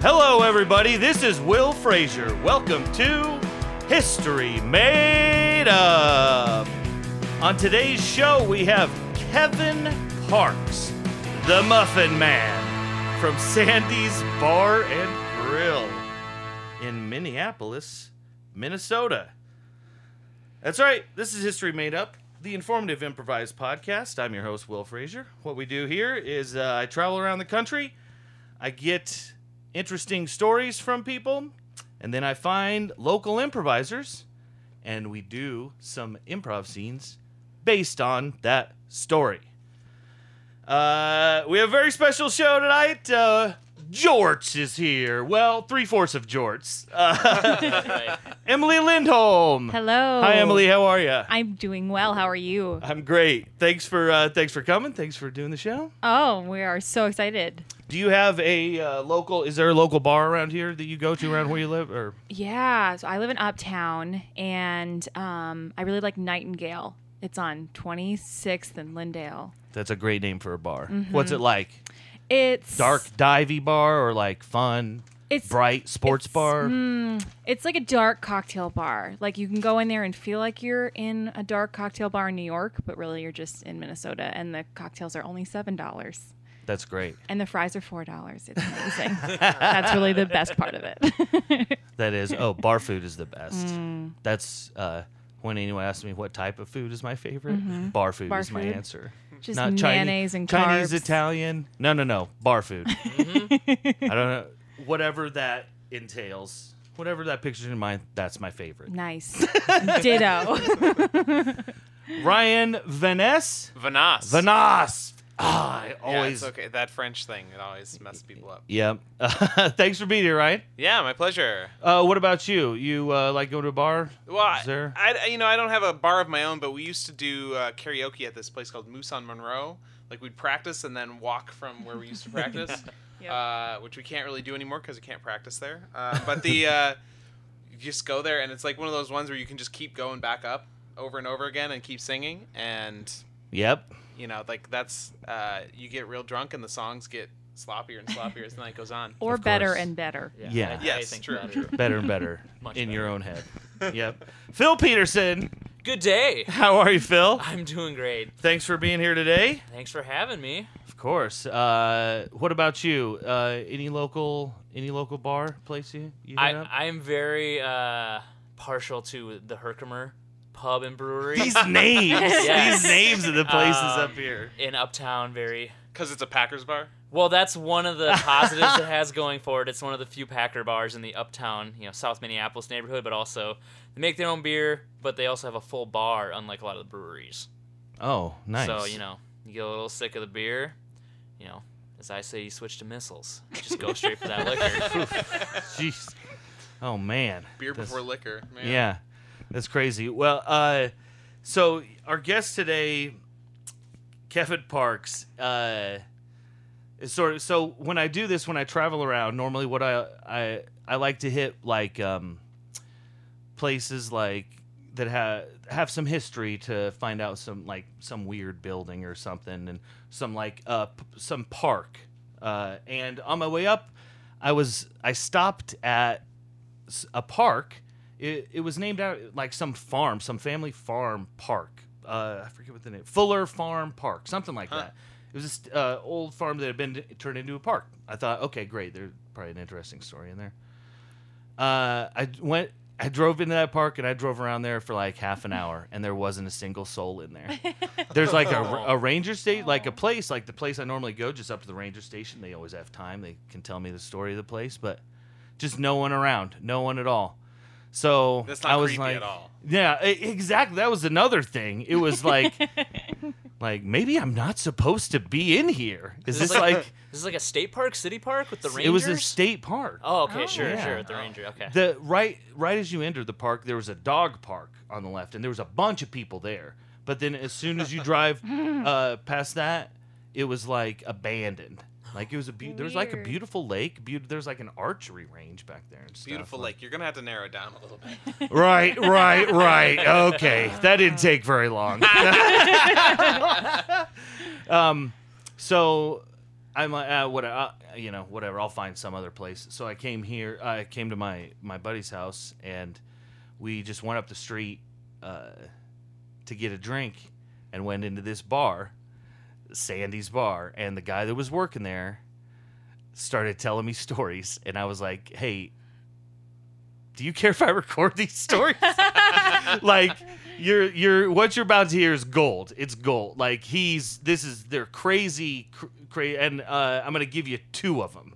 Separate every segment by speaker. Speaker 1: Hello, everybody. This is Will Frazier. Welcome to History Made Up. On today's show, we have Kevin Parks, the Muffin Man from Sandy's Bar and Grill in Minneapolis, Minnesota. That's right. This is History Made Up, the informative improvised podcast. I'm your host, Will Frazier. What we do here is uh, I travel around the country, I get interesting stories from people, and then I find local improvisers, and we do some improv scenes based on that story. Uh, we have a very special show tonight. Uh, Jorts is here. Well, three fourths of Jorts. Uh, Emily Lindholm.
Speaker 2: Hello.
Speaker 1: Hi, Emily. How are you?
Speaker 2: I'm doing well. How are you?
Speaker 1: I'm great. Thanks for uh, thanks for coming. Thanks for doing the show.
Speaker 2: Oh, we are so excited.
Speaker 1: Do you have a uh, local? Is there a local bar around here that you go to around where you live? Or
Speaker 2: Yeah. So I live in Uptown, and um, I really like Nightingale. It's on 26th and Lindale.
Speaker 1: that's a great name for a bar. What's it like?
Speaker 2: Mm-hmm. It's
Speaker 1: Dark divey bar or like fun,
Speaker 2: It's
Speaker 1: bright sports
Speaker 2: it's,
Speaker 1: bar?
Speaker 2: mm, it's like a dark cocktail bar. Like you can go in there and feel like you're in a dark cocktail bar in New York, but really you're just in Minnesota, and the cocktails are only seven dollars.
Speaker 1: That's great.
Speaker 2: And the fries are four dollars. It's amazing. That's really the best part of it.
Speaker 1: That is. Oh, bar food is the best.
Speaker 2: Mm.
Speaker 1: That's uh, when anyone asks me what type of food is my favorite. Bar food
Speaker 2: Mm-hmm. Bar
Speaker 1: is my
Speaker 2: food.
Speaker 1: answer.
Speaker 2: Just
Speaker 1: Not Chinese-
Speaker 2: mayonnaise and
Speaker 1: Chinese,
Speaker 2: carbs.
Speaker 1: Italian. No, no, no. Bar food.
Speaker 2: Mm-hmm.
Speaker 1: I don't know. Whatever that entails, whatever that picture in mind, that's my favorite.
Speaker 2: Nice. Ditto.
Speaker 1: Ryan Vaness.
Speaker 3: Vanas.
Speaker 1: Vanas. Ah, I
Speaker 3: Yeah,
Speaker 1: always.
Speaker 3: it's okay. That French thing, it always messes people up.
Speaker 1: Yep. thanks for being here, Ryan.
Speaker 3: Yeah, my pleasure.
Speaker 1: Uh, what about you? You uh, like going to a bar?
Speaker 3: Well, I,
Speaker 1: Is there-
Speaker 3: I- you know, I don't have a bar of my own, but we used to do uh, karaoke at this place called Moose on Monroe. Like we'd practice and then walk from where we used to practice,
Speaker 2: Yep.
Speaker 3: uh, which we can't really do anymore because we can't practice there. Uh, but the uh, you just go there and it's like one of those ones where you can just keep going back up over and over again and keep singing and
Speaker 1: Yep.
Speaker 3: you know like that's uh, you get real drunk and the songs get sloppier and sloppier as the night goes on.
Speaker 2: or
Speaker 1: Of
Speaker 2: better
Speaker 1: course.
Speaker 2: and better.
Speaker 1: Yeah.
Speaker 3: Yes, true, true.
Speaker 1: Better and better
Speaker 4: Much
Speaker 1: in
Speaker 4: better.
Speaker 1: your own head. Yep. Phil Peterson.
Speaker 4: Good day.
Speaker 1: How are you, Phil?
Speaker 4: I'm doing great.
Speaker 1: Thanks for being here today.
Speaker 4: Thanks for having me.
Speaker 1: Of course. Uh, what about you? Uh, any local any local bar place you you hit
Speaker 4: I,
Speaker 1: up?
Speaker 4: I'm very uh, partial to the Herkimer Pub and Brewery
Speaker 1: These names,
Speaker 4: Yes.
Speaker 1: these names of the places
Speaker 4: Um,
Speaker 1: up here.
Speaker 4: in Uptown. Very
Speaker 3: Because it's a Packers bar.
Speaker 4: well. That's one of the positives it has going for it. It's one of the few Packer bars in the Uptown, you know, South Minneapolis neighborhood. But also, they make their own beer, but they also have a full bar, unlike a lot of the breweries.
Speaker 1: Oh, nice.
Speaker 4: So you know, you get a little sick of the beer, you know. As I say, you switch to missiles. Just go straight for that liquor.
Speaker 1: Jeez. Oh man.
Speaker 3: Beer
Speaker 1: That's-
Speaker 3: before liquor. Man.
Speaker 1: Yeah, that's crazy. Well, uh, so our guest today, Kevin Parks, uh, is sort of. So when I do this, when I travel around, normally what I I I like to hit like um, places like that have have some history to find out some like some weird building or something and some like uh p- some park uh and on my way up i was i stopped at s- a park. It, it was named out like some farm, some family farm park. Uh, I forget what the name. Fuller Farm Park, something like that. It was this uh, old farm that had been turned into a park. I thought, okay, great. There's probably an interesting story in there. Uh, I d- went. I drove into that park and I drove around there for like half an hour, and there wasn't a single soul in there. There's like a, a ranger station, like a place, like the place I normally go, just up to the ranger station. They always have time. They can tell me the story of the place, but just no one around, no one at all. So
Speaker 3: That's not
Speaker 1: I was
Speaker 3: creepy
Speaker 1: like,
Speaker 3: at all.
Speaker 1: yeah, e- exactly. That was another thing. It was like, like maybe I'm not supposed to be in here. Is this
Speaker 4: It's
Speaker 1: like?
Speaker 4: This is like a state park, city park with the rangers.
Speaker 1: it was a state park.
Speaker 4: Oh, okay, sure,
Speaker 1: Yeah.
Speaker 4: sure. With the ranger, okay.
Speaker 1: The right right as you entered the park, there was a dog park on the left, and there was a bunch of people there. But then as soon as you drive uh, past that, it was like abandoned. Like it was a be- there was like a
Speaker 2: Weird.
Speaker 1: beautiful lake. Be- there's like an archery range back there. And stuff.
Speaker 3: Beautiful
Speaker 1: Like-
Speaker 3: lake. You're gonna have to narrow it down a little bit.
Speaker 1: Right, right, right. Okay, that didn't take very long. um, so I'm like, uh, what, uh, you know, whatever. I'll find some other place. So I came here. uh, I came to my my buddy's house, and we just went up the street uh, to get a drink, and went into this bar, Sandy's bar, and the guy that was working there started telling me stories, and I was like, hey. Do you care if I record these stories? like you're you're what you're about to hear is gold. It's gold. Like he's this is they're crazy, cr- cra- and uh, I'm gonna give you two of them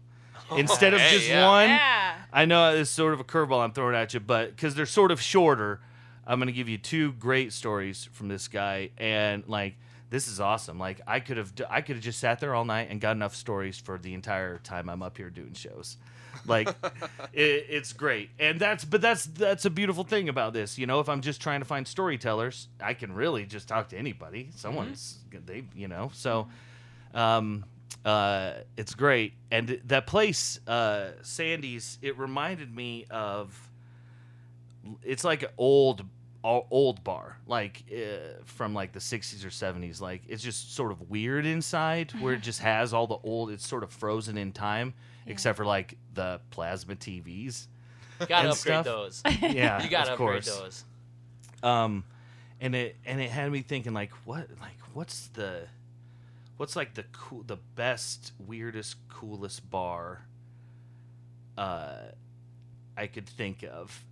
Speaker 1: instead of
Speaker 3: Hey,
Speaker 1: just
Speaker 3: yeah.
Speaker 1: one.
Speaker 2: yeah.
Speaker 1: I know it's sort of a curveball I'm throwing at you, but because they're sort of shorter, I'm gonna give you two great stories from this guy, and like this is awesome. Like I could have d- I could have just sat there all night and got enough stories for the entire time I'm up here doing shows. Like it, it's great, and that's but that's that's a beautiful thing about this. You know, if I'm just trying to find storytellers, I can really just talk to anybody. Someone's they you know so. Um, uh, it's great, and that place, uh, Sandy's. It reminded me of. It's like an old, o- old bar, like uh, from like the '60s or '70s. Like it's just sort of weird inside, where it just has all the old. It's sort of frozen in time,
Speaker 2: Yeah.
Speaker 1: except for like the plasma TVs.
Speaker 4: Gotta
Speaker 1: And
Speaker 4: upgrade
Speaker 1: stuff.
Speaker 4: those.
Speaker 1: Yeah,
Speaker 4: You gotta
Speaker 1: of
Speaker 4: upgrade
Speaker 1: course.
Speaker 4: those.
Speaker 1: Um, and it and it had me thinking like, what like what's the, what's like the cool the best weirdest coolest bar. Uh, I could think of,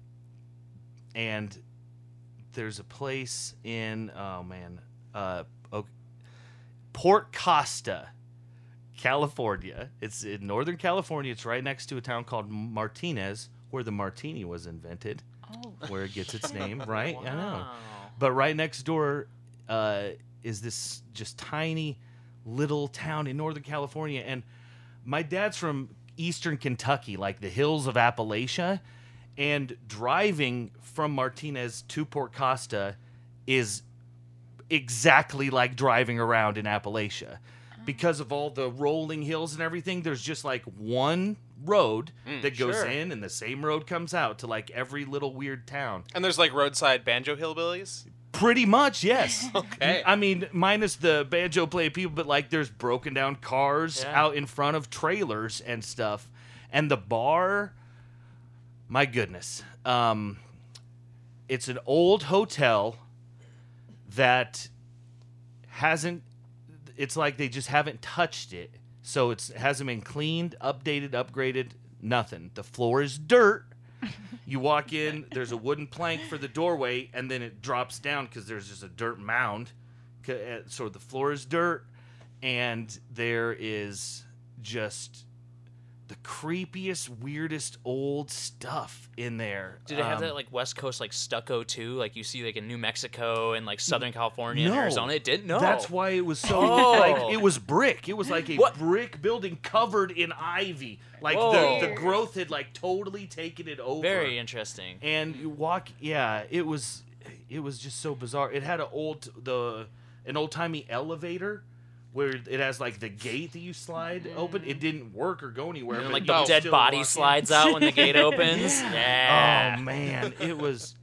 Speaker 1: and there's a place in oh man, uh, O- Port Costa. California. It's in Northern California. It's right next to a town called Martinez, where the martini was invented
Speaker 2: Oh.
Speaker 1: where it gets its name, right? I know.
Speaker 4: Wow.
Speaker 1: But right next door uh, is this just tiny little town in Northern California. And my dad's from Eastern Kentucky, like the hills of Appalachia. And driving from Martinez to Port Costa is exactly like driving around in Appalachia. Because of all the rolling hills and everything, there's just like one road
Speaker 3: Mm,
Speaker 1: that goes
Speaker 4: sure.
Speaker 1: in and the same road comes out to like every little weird town.
Speaker 3: And there's like roadside banjo hillbillies.
Speaker 1: Pretty much, yes.
Speaker 3: Okay.
Speaker 1: I mean, minus the banjo play people, but like there's broken down cars
Speaker 4: Yeah.
Speaker 1: out in front of trailers and stuff. And the bar, my goodness. Um, it's an old hotel that hasn't, it's like they just haven't touched it. So it's hasn't been cleaned, updated, upgraded, nothing. The floor is dirt. You walk in, there's a wooden plank for the doorway, and then it drops down because there's just a dirt mound. C- uh, So the floor is dirt, and there is just the creepiest, weirdest old stuff in there.
Speaker 4: Did it have
Speaker 1: Um,
Speaker 4: that like West Coast like stucco too? Like you see like in New Mexico and like Southern California and
Speaker 1: No.
Speaker 4: Arizona. It didn't. No.
Speaker 1: That's why it was so
Speaker 4: Oh.
Speaker 1: like it was brick. It was like a
Speaker 4: What?
Speaker 1: brick building covered in ivy. Like
Speaker 4: Whoa.
Speaker 1: the, the growth had like totally taken it over.
Speaker 4: very interesting.
Speaker 1: and you walk yeah it was it was just so bizarre it had an old the an old timey elevator where it has like the gate that you slide open it didn't work or go anywhere
Speaker 4: And
Speaker 1: but
Speaker 4: like
Speaker 1: you
Speaker 4: the
Speaker 1: could
Speaker 4: dead
Speaker 1: still
Speaker 4: body
Speaker 1: walk in.
Speaker 4: slides out when the gate opens.
Speaker 1: oh
Speaker 4: Yeah.
Speaker 1: man it was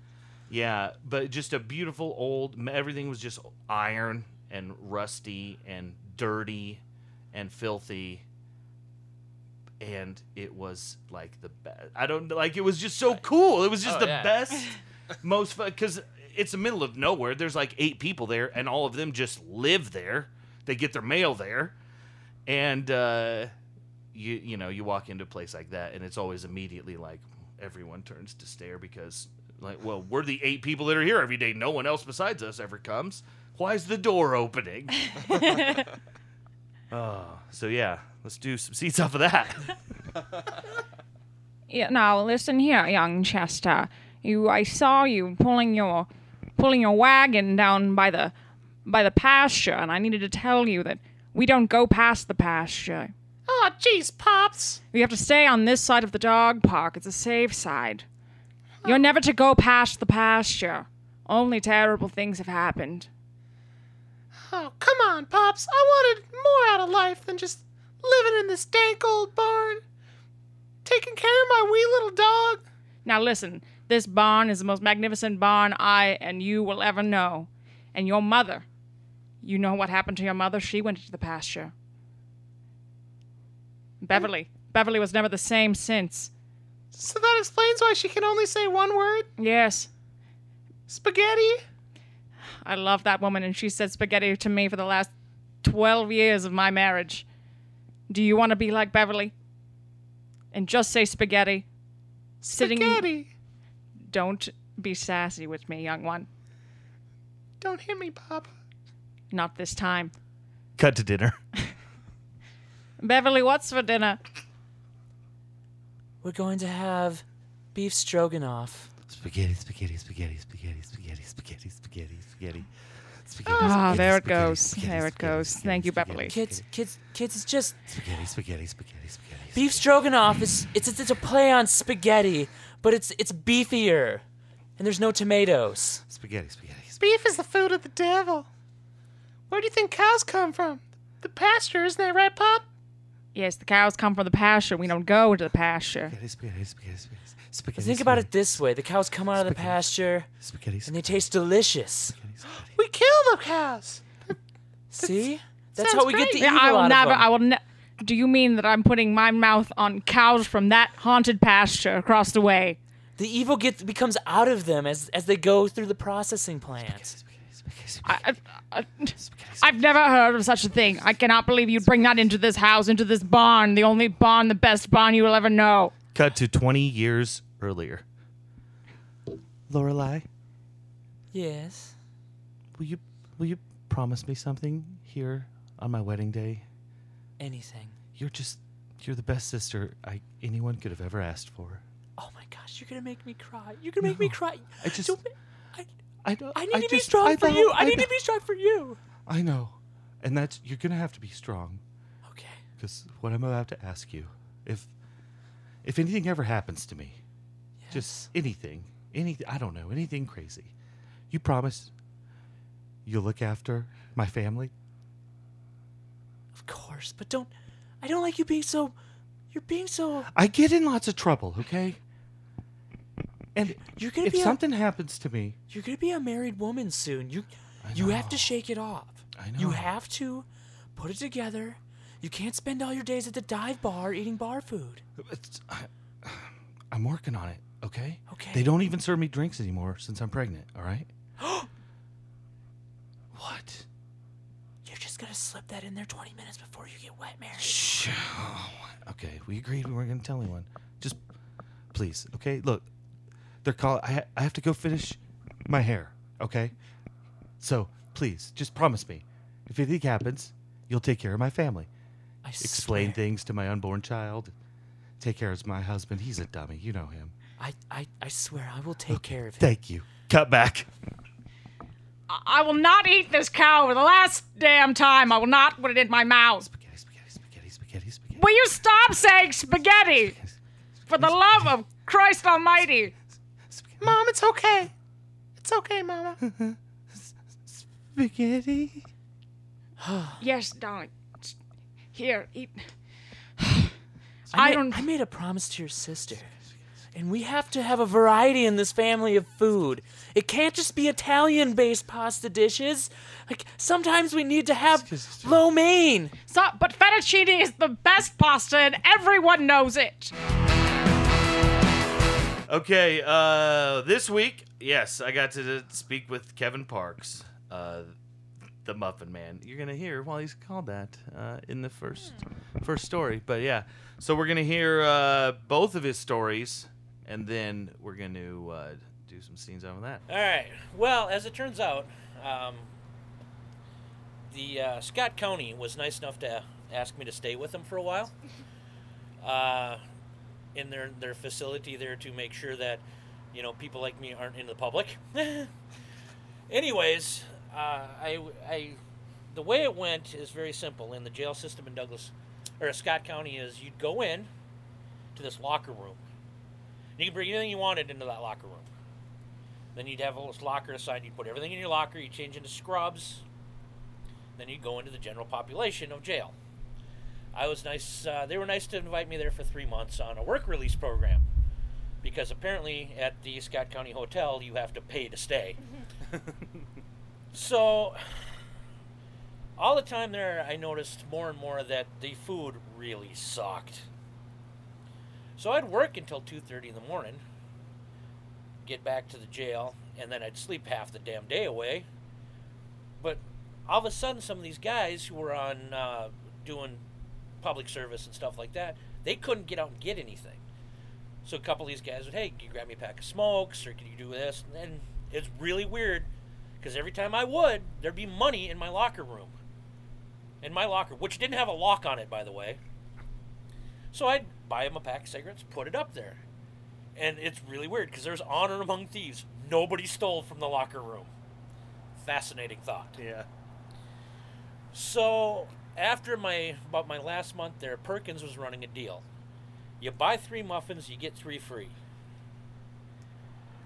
Speaker 1: yeah but just a beautiful old everything was just iron and rusty and dirty and filthy and it was like the best. I don't like it was just so cool. It was just
Speaker 4: Oh,
Speaker 1: the
Speaker 4: yeah.
Speaker 1: best, most fun because it's the middle of nowhere. There's like eight people there, and all of them just live there. They get their mail there, and uh, you you know you walk into a place like that, and it's always immediately like everyone turns to stare because like well we're the eight people that are here every day. No one else besides us ever comes. Why is the door opening? oh, so yeah, let's do some seats off of that.
Speaker 2: Yeah, now listen here, young Chester. You, I saw you pulling your pulling your wagon down by the by the pasture, and I needed to tell you that we don't go past the pasture.
Speaker 3: Oh, jeez, pops.
Speaker 2: You have to stay on this side of the dog park. It's a safe side. You're never to go past the pasture. Only terrible things have happened.
Speaker 3: Oh, come on, pops. I wanted more out of life than just living in this dank old barn, taking care of my wee little dog.
Speaker 2: Now listen, this barn is the most magnificent barn I and you will ever know. And your mother, you know what happened to your mother? She went into the pasture. Beverly. Beverly was never the same since.
Speaker 5: So that explains why she can only say one word
Speaker 2: Yes,
Speaker 5: spaghetti?
Speaker 2: I love that woman, and she said spaghetti to me for the last 12 years of my marriage. Do you want to be like Beverly? And just say spaghetti. Sitting-
Speaker 5: Spaghetti.
Speaker 2: Don't be sassy with me, young one.
Speaker 5: Don't hit me, Papa.
Speaker 2: Not this time.
Speaker 6: Cut to dinner.
Speaker 2: Beverly, what's for dinner?
Speaker 4: We're going to have beef stroganoff.
Speaker 6: Spaghetti, spaghetti, spaghetti, spaghetti, spaghetti, spaghetti, spaghetti, spaghetti.
Speaker 2: Ah, there it goes. There it goes. Thank you, Beverly.
Speaker 4: Kids, kids, kids! It's just
Speaker 6: Spaghetti, spaghetti, spaghetti, spaghetti.
Speaker 4: beef stroganoff. Is it's it's, it's a play on spaghetti, but it's it's beefier, and there's no tomatoes.
Speaker 6: Spaghetti, spaghetti. sp-
Speaker 5: Beef is the food of the devil. Where do you think cows come from? The pasture, isn't that right, Pop?
Speaker 2: Yes, the cows come from the pasture. We don't go to the pasture.
Speaker 6: Spaghetti, spaghetti, spaghetti, spaghetti. spaghetti
Speaker 4: Think about it
Speaker 6: spaghetti,
Speaker 4: this way: the cows come out of the pasture, and
Speaker 6: Spaghetti,
Speaker 4: they
Speaker 6: spaghetti,
Speaker 4: taste delicious.
Speaker 6: spaghetti.
Speaker 5: We kill the cows.
Speaker 4: See, that's
Speaker 5: sounds
Speaker 4: how we get the
Speaker 2: Yeah,
Speaker 4: evil
Speaker 2: I will
Speaker 4: out
Speaker 2: never.
Speaker 4: of them.
Speaker 2: I will. Ne- Do you mean that I'm putting my mouth on cows from that haunted pasture across the way?
Speaker 4: the evil gets becomes out of them as as they go through the processing plant.
Speaker 6: Spaghetti, spaghetti, spaghetti,
Speaker 2: I, I, I-
Speaker 6: spaghetti,
Speaker 2: I've never heard of such a thing. I cannot believe you'd bring that into this house, into this barn, the only barn, the best barn you will ever know.
Speaker 6: Cut to 20 years earlier. Lorelai,
Speaker 4: Yes.
Speaker 6: will you will you promise me something here on my wedding day?
Speaker 4: Anything.
Speaker 6: You're just you're the best sister I anyone could have ever asked for.
Speaker 4: Oh my gosh, you're gonna make me cry. You're gonna make me cry.
Speaker 6: I just-
Speaker 4: Don't ma- I,
Speaker 6: I don't
Speaker 4: I need to be
Speaker 6: just-
Speaker 4: strong for
Speaker 6: know,
Speaker 4: you. I, need
Speaker 6: know,
Speaker 4: to be strong for you.
Speaker 6: I know. And that's you're going to have to be strong
Speaker 4: Okay.
Speaker 6: cuz what I'm about to ask you if if anything ever happens to me, just anything, any I don't know, anything crazy. You promise you'll look after my family?
Speaker 4: Of course, but don't. I don't like you being so. You're being so.
Speaker 6: I get in lots of trouble, okay? And
Speaker 4: You're gonna
Speaker 6: if
Speaker 4: be.
Speaker 6: something happens to me,
Speaker 4: a, you're gonna be a married woman soon. You.
Speaker 6: I
Speaker 4: You have to
Speaker 6: know.
Speaker 4: shake it off.
Speaker 6: I
Speaker 4: You
Speaker 6: know.
Speaker 4: have to put it together. You can't spend all your days at the dive bar eating bar food.
Speaker 6: it's, I, I'm working on it, okay?
Speaker 4: Okay.
Speaker 6: They don't even serve me drinks anymore since I'm pregnant, all right? what?
Speaker 4: You're just gonna slip that in there 20 minutes before you get wet, Mary.
Speaker 6: Shh. Oh, Okay, we agreed we weren't going to tell anyone. Just please, okay? Look, they're calling. I, ha- I have to go finish my hair, okay? So please, just promise me if anything happens, you'll take care of my family.
Speaker 4: I
Speaker 6: explain
Speaker 4: swear.
Speaker 6: things to my unborn child. Take care of my husband. He's a dummy. You know him.
Speaker 4: I, I, I swear I will take care of it.
Speaker 6: Thank you. Cut back.
Speaker 2: I, I will not eat this cow for the last damn time. I will not put it in my mouth.
Speaker 6: Spaghetti, spaghetti, spaghetti, spaghetti, spaghetti.
Speaker 2: Will you stop saying spaghetti? For the love of Christ Almighty!
Speaker 6: Spaghetti.
Speaker 5: Mom, it's okay. It's okay, Mama.
Speaker 6: spaghetti.
Speaker 2: Yes, darling. Here, eat.
Speaker 4: I,
Speaker 2: I
Speaker 4: ma-
Speaker 2: don't-
Speaker 4: I made a promise to your sister, and we have to have a variety in this family of food. It can't just be Italian-based pasta dishes. Like sometimes we need to have lo mein.
Speaker 2: So, but fettuccine is the best pasta, and everyone knows it.
Speaker 6: Okay, uh, this week, yes, I got to speak with Kevin Parks, uh, the Muffin Man. You're gonna hear well, he's called that uh, in the first first story, but yeah. So we're gonna hear uh, both of his stories, and then we're gonna uh, do some scenes out of that.
Speaker 7: All right. Well, as it turns out, um, the uh, Scott County was nice enough to ask me to stay with them for a while uh, in their their facility there to make sure that you know people like me aren't in the public. Anyways, uh, I, I the way it went is very simple. In the jail system in Douglas or Scott County, is you'd go in to this locker room. You could bring anything you wanted into that locker room. Then you'd have a little locker assigned. You'd put everything in your locker. You change into scrubs. Then you'd go into the general population of jail. I was nice. Uh, they were nice to invite me there for three months on a work release program, because apparently at the Scott County Hotel you have to pay to stay. so all the time there, I noticed more and more that the food really sucked. So I'd work until two thirty in the morning, get back to the jail, and then I'd sleep half the damn day away. But all of a sudden, some of these guys who were on uh, doing public service and stuff like that, they couldn't get out and get anything. So a couple of these guys would, hey, can you grab me a pack of smokes, or can you do this? And it's really weird because every time I would, there'd be money in my locker room. In my locker, which didn't have a lock on it, by the way. So I'd buy him a pack of cigarettes, put it up there. And it's really weird because there's honor among thieves. Nobody stole from the locker room. Fascinating thought.
Speaker 1: Yeah.
Speaker 7: So after my about my last month there, Perkins was running a deal. You buy three muffins, you get three free.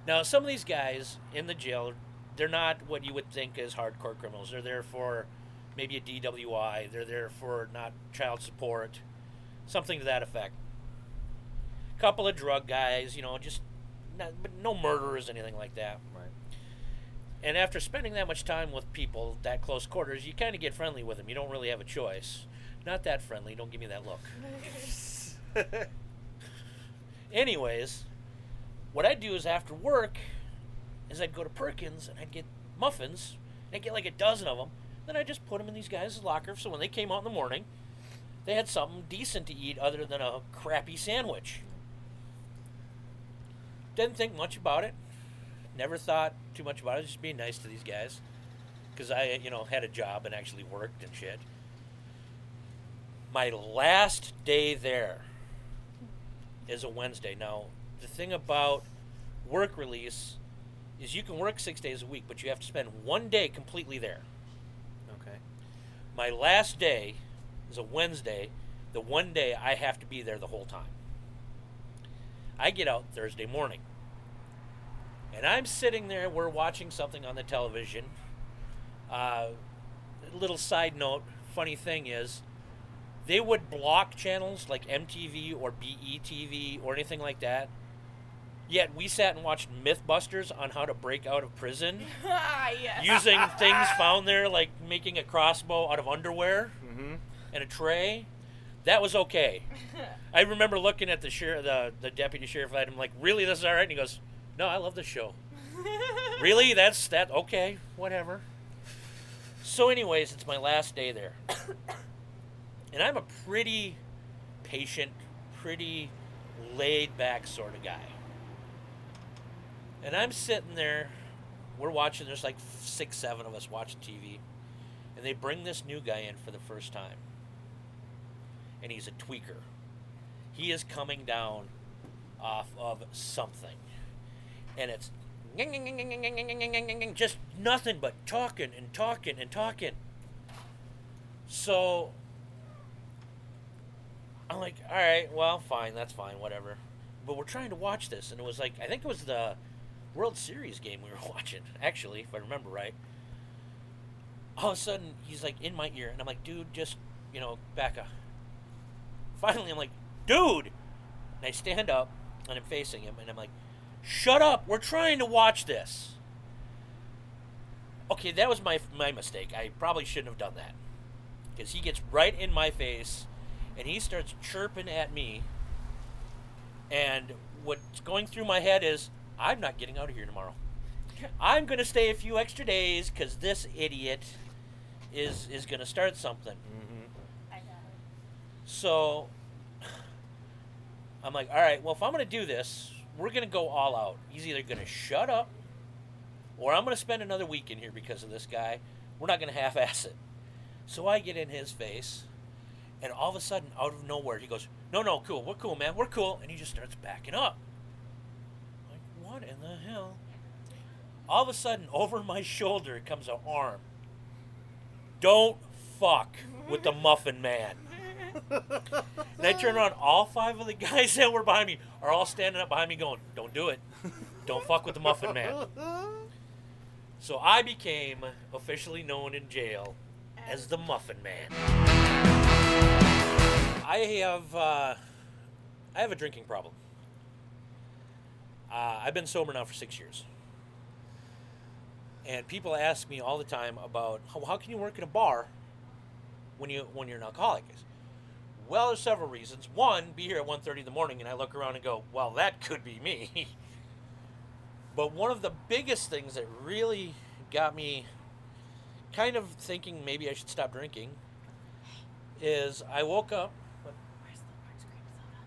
Speaker 7: Now some of these guys in the jail, they're not what you would think as hardcore criminals. They're there for maybe a DWI. They're there for not child support, something to that effect. Couple of drug guys, you know, just not, but no murderers, anything like that. Right. And after spending that much time with people that close quarters, you kind of get friendly with them. You don't really have a choice. Not that friendly. Don't give me that look. Anyways, what I'd do is after work, is I'd go to Perkins and I'd get muffins. And I'd get like a dozen of them. Then I just put them in these guys' locker, so when they came out in the morning, they had something decent to eat other than a crappy sandwich. Didn't think much about it never thought too much about it. Just being nice to these guys, because I, you know, had a job and actually worked and shit. My last day there is a Wednesday. Now, the thing about work release is you can work six days a week, but you have to spend one day completely there.
Speaker 3: Okay.
Speaker 7: My last day is a Wednesday, the one day I have to be there the whole time. I get out Thursday morning. And I'm sitting there, we're watching something on the television. Uh, little side note funny thing is, they would block channels like MTV or BETV or anything like that. Yet we sat and watched Mythbusters on how to break out of prison
Speaker 5: Ah, yes.
Speaker 7: using things found there, like making a crossbow out of underwear
Speaker 3: Mm-hmm.
Speaker 7: and a tray. That was okay. I remember looking at the sheriff, the, the deputy sheriff, and I'm like, "Really, this is all right?" And he goes, "No, I love this show." really, that's that okay? Whatever. So, anyways, it's my last day there, and I'm a pretty patient, pretty laid-back sort of guy. And I'm sitting there, we're watching. There's like six, seven of us watching TV, and they bring this new guy in for the first time, and he's a tweaker. He is coming down off of something, and it's just nothing but talking and talking and talking. So I'm like, all right, well, fine, that's fine, whatever. But we're trying to watch this, and it was like, I think it was the World Series game we were watching, actually, if I remember right. All of a sudden, he's like in my ear, and I'm like, dude, just, you know, back up. Finally, I'm like, dude! And I stand up, and I'm facing him, and I'm like, shut up, we're trying to watch this. Okay, that was my, my mistake. I probably shouldn't have done that. Because he gets right in my face, and he starts chirping at me. And what's going through my head is, I'm not getting out of here tomorrow. I'm gonna stay a few extra days because this idiot is is gonna start something.
Speaker 5: I know.
Speaker 7: So I'm like, all right, well, if I'm going to do this, we're going to go all out. He's either going to shut up or I'm going to spend another week in here because of this guy. We're not going to half ass it. So I get in his face, and all of a sudden, out of nowhere, he goes, no, no, cool. We're cool, man. We're cool. And he just starts backing up. Like, what in the hell? All of a sudden, over my shoulder comes an arm. Don't fuck with the muffin man. And I turn around, all five of the guys that were behind me are all standing up behind me going, Don't do it. Don't fuck with the Muffin Man. So I became officially known in jail as the Muffin Man. I have uh, I have a drinking problem. Uh, I've been sober now for six years, and people ask me all the time about how, how can you work in a bar when you when you're an alcoholic is? Well, there's several reasons. One, be here at 1:30 in the morning, and I look around and go, "Well, that could be me." but one of the biggest things that really got me kind of thinking maybe I should stop drinking is I woke up. What?
Speaker 5: Where's the orange grape soda?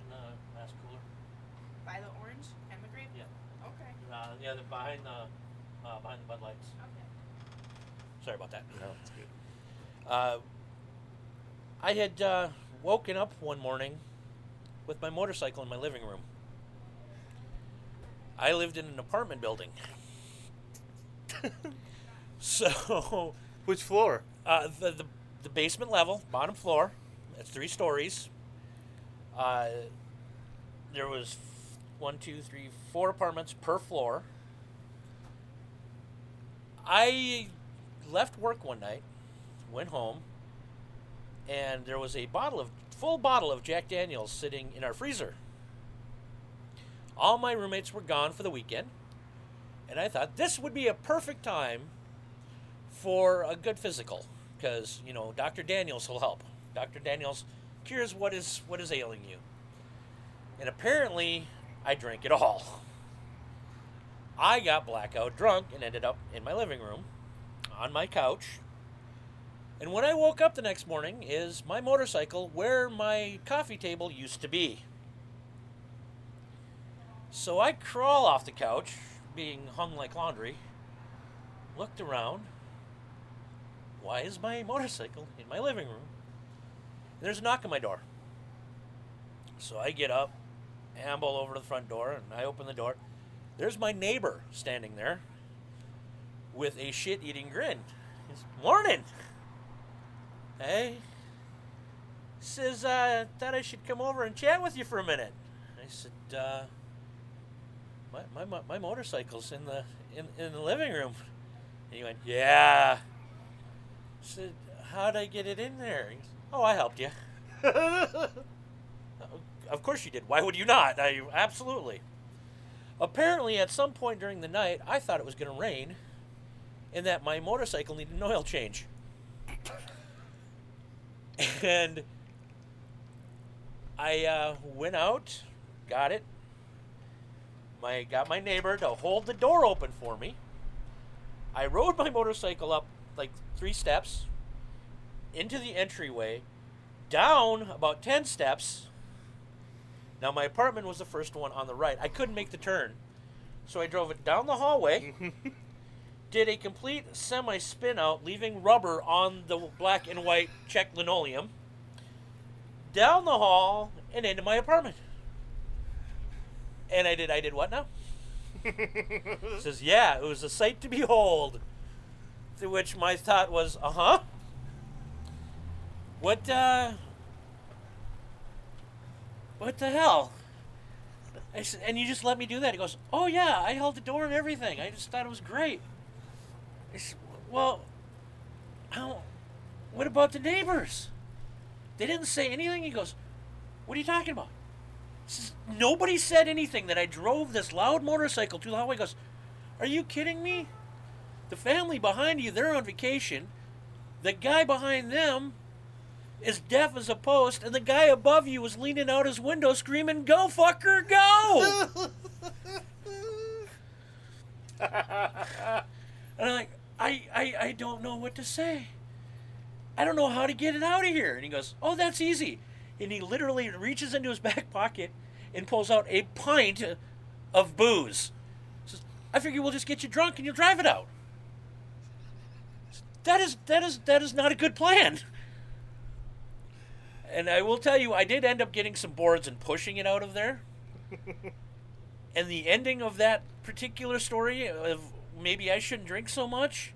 Speaker 7: In the last cooler.
Speaker 5: By the orange and the grape?
Speaker 7: Yeah.
Speaker 5: Okay.
Speaker 7: Uh, yeah, the behind the uh, behind the Bud Lights.
Speaker 5: Okay.
Speaker 7: Sorry about that.
Speaker 1: No, it's good.
Speaker 7: Uh, I had uh, woken up one morning with my motorcycle in my living room. I lived in an apartment building. so
Speaker 8: Which floor?
Speaker 7: uh, the, the, the basement level, bottom floor, that's three stories. Uh, there was f- one, two, three, four apartments per floor. I left work one night, went home, and there was a bottle of full bottle of Jack Daniels sitting in our freezer. All my roommates were gone for the weekend, and I thought this would be a perfect time for a good physical because you know Dr. Daniels will help. Dr. Daniels cures what is what is ailing you. And apparently, I drank it all. I got blackout drunk and ended up in my living room on my couch. And when I woke up the next morning is my motorcycle where my coffee table used to be. So I crawl off the couch, being hung like laundry, looked around, why is my motorcycle in my living room? And there's a knock on my door. So I get up, amble over to the front door, and I open the door. There's my neighbor standing there with a shit eating grin. He's morning. Hey. Says, uh, thought I should come over and chat with you for a minute. I said, uh, my, my, my- my motorcycle's in the in, in the living room. And he went, yeah said, How'd I get it in there? He goes, oh, I helped you. of course you did. Why would you not? I, absolutely. Apparently, at some point during the night, I thought it was going to rain and that my motorcycle needed an oil change. and I uh, went out, got it. My got my neighbor to hold the door open for me. I rode my motorcycle up like three steps into the entryway, down about 10 steps. Now, my apartment was the first one on the right. I couldn't make the turn. So I drove it down the hallway, did a complete semi spin out, leaving rubber on the black and white check linoleum, down the hall, and into my apartment. And I did, I did what now? Says, yeah, it was a sight to behold. To which my thought was, uh huh. What, uh. What the hell? I said, and you just let me do that? He goes, oh yeah, I held the door and everything. I just thought it was great. I said, well, how, what about the neighbors? They didn't say anything. He goes, what are you talking about? I says, Nobody said anything that I drove this loud motorcycle to the hallway. He goes, are you kidding me? The family behind you, they're on vacation. The guy behind them is deaf as a post, and the guy above you is leaning out his window screaming, Go, fucker, go! and I'm like, I, I, I don't know what to say. I don't know how to get it out of here. And he goes, Oh, that's easy. And he literally reaches into his back pocket and pulls out a pint of booze. Says, I figure we'll just get you drunk and you'll drive it out. That is that is that is not a good plan. And I will tell you, I did end up getting some boards and pushing it out of there. and the ending of that particular story of maybe I shouldn't drink so much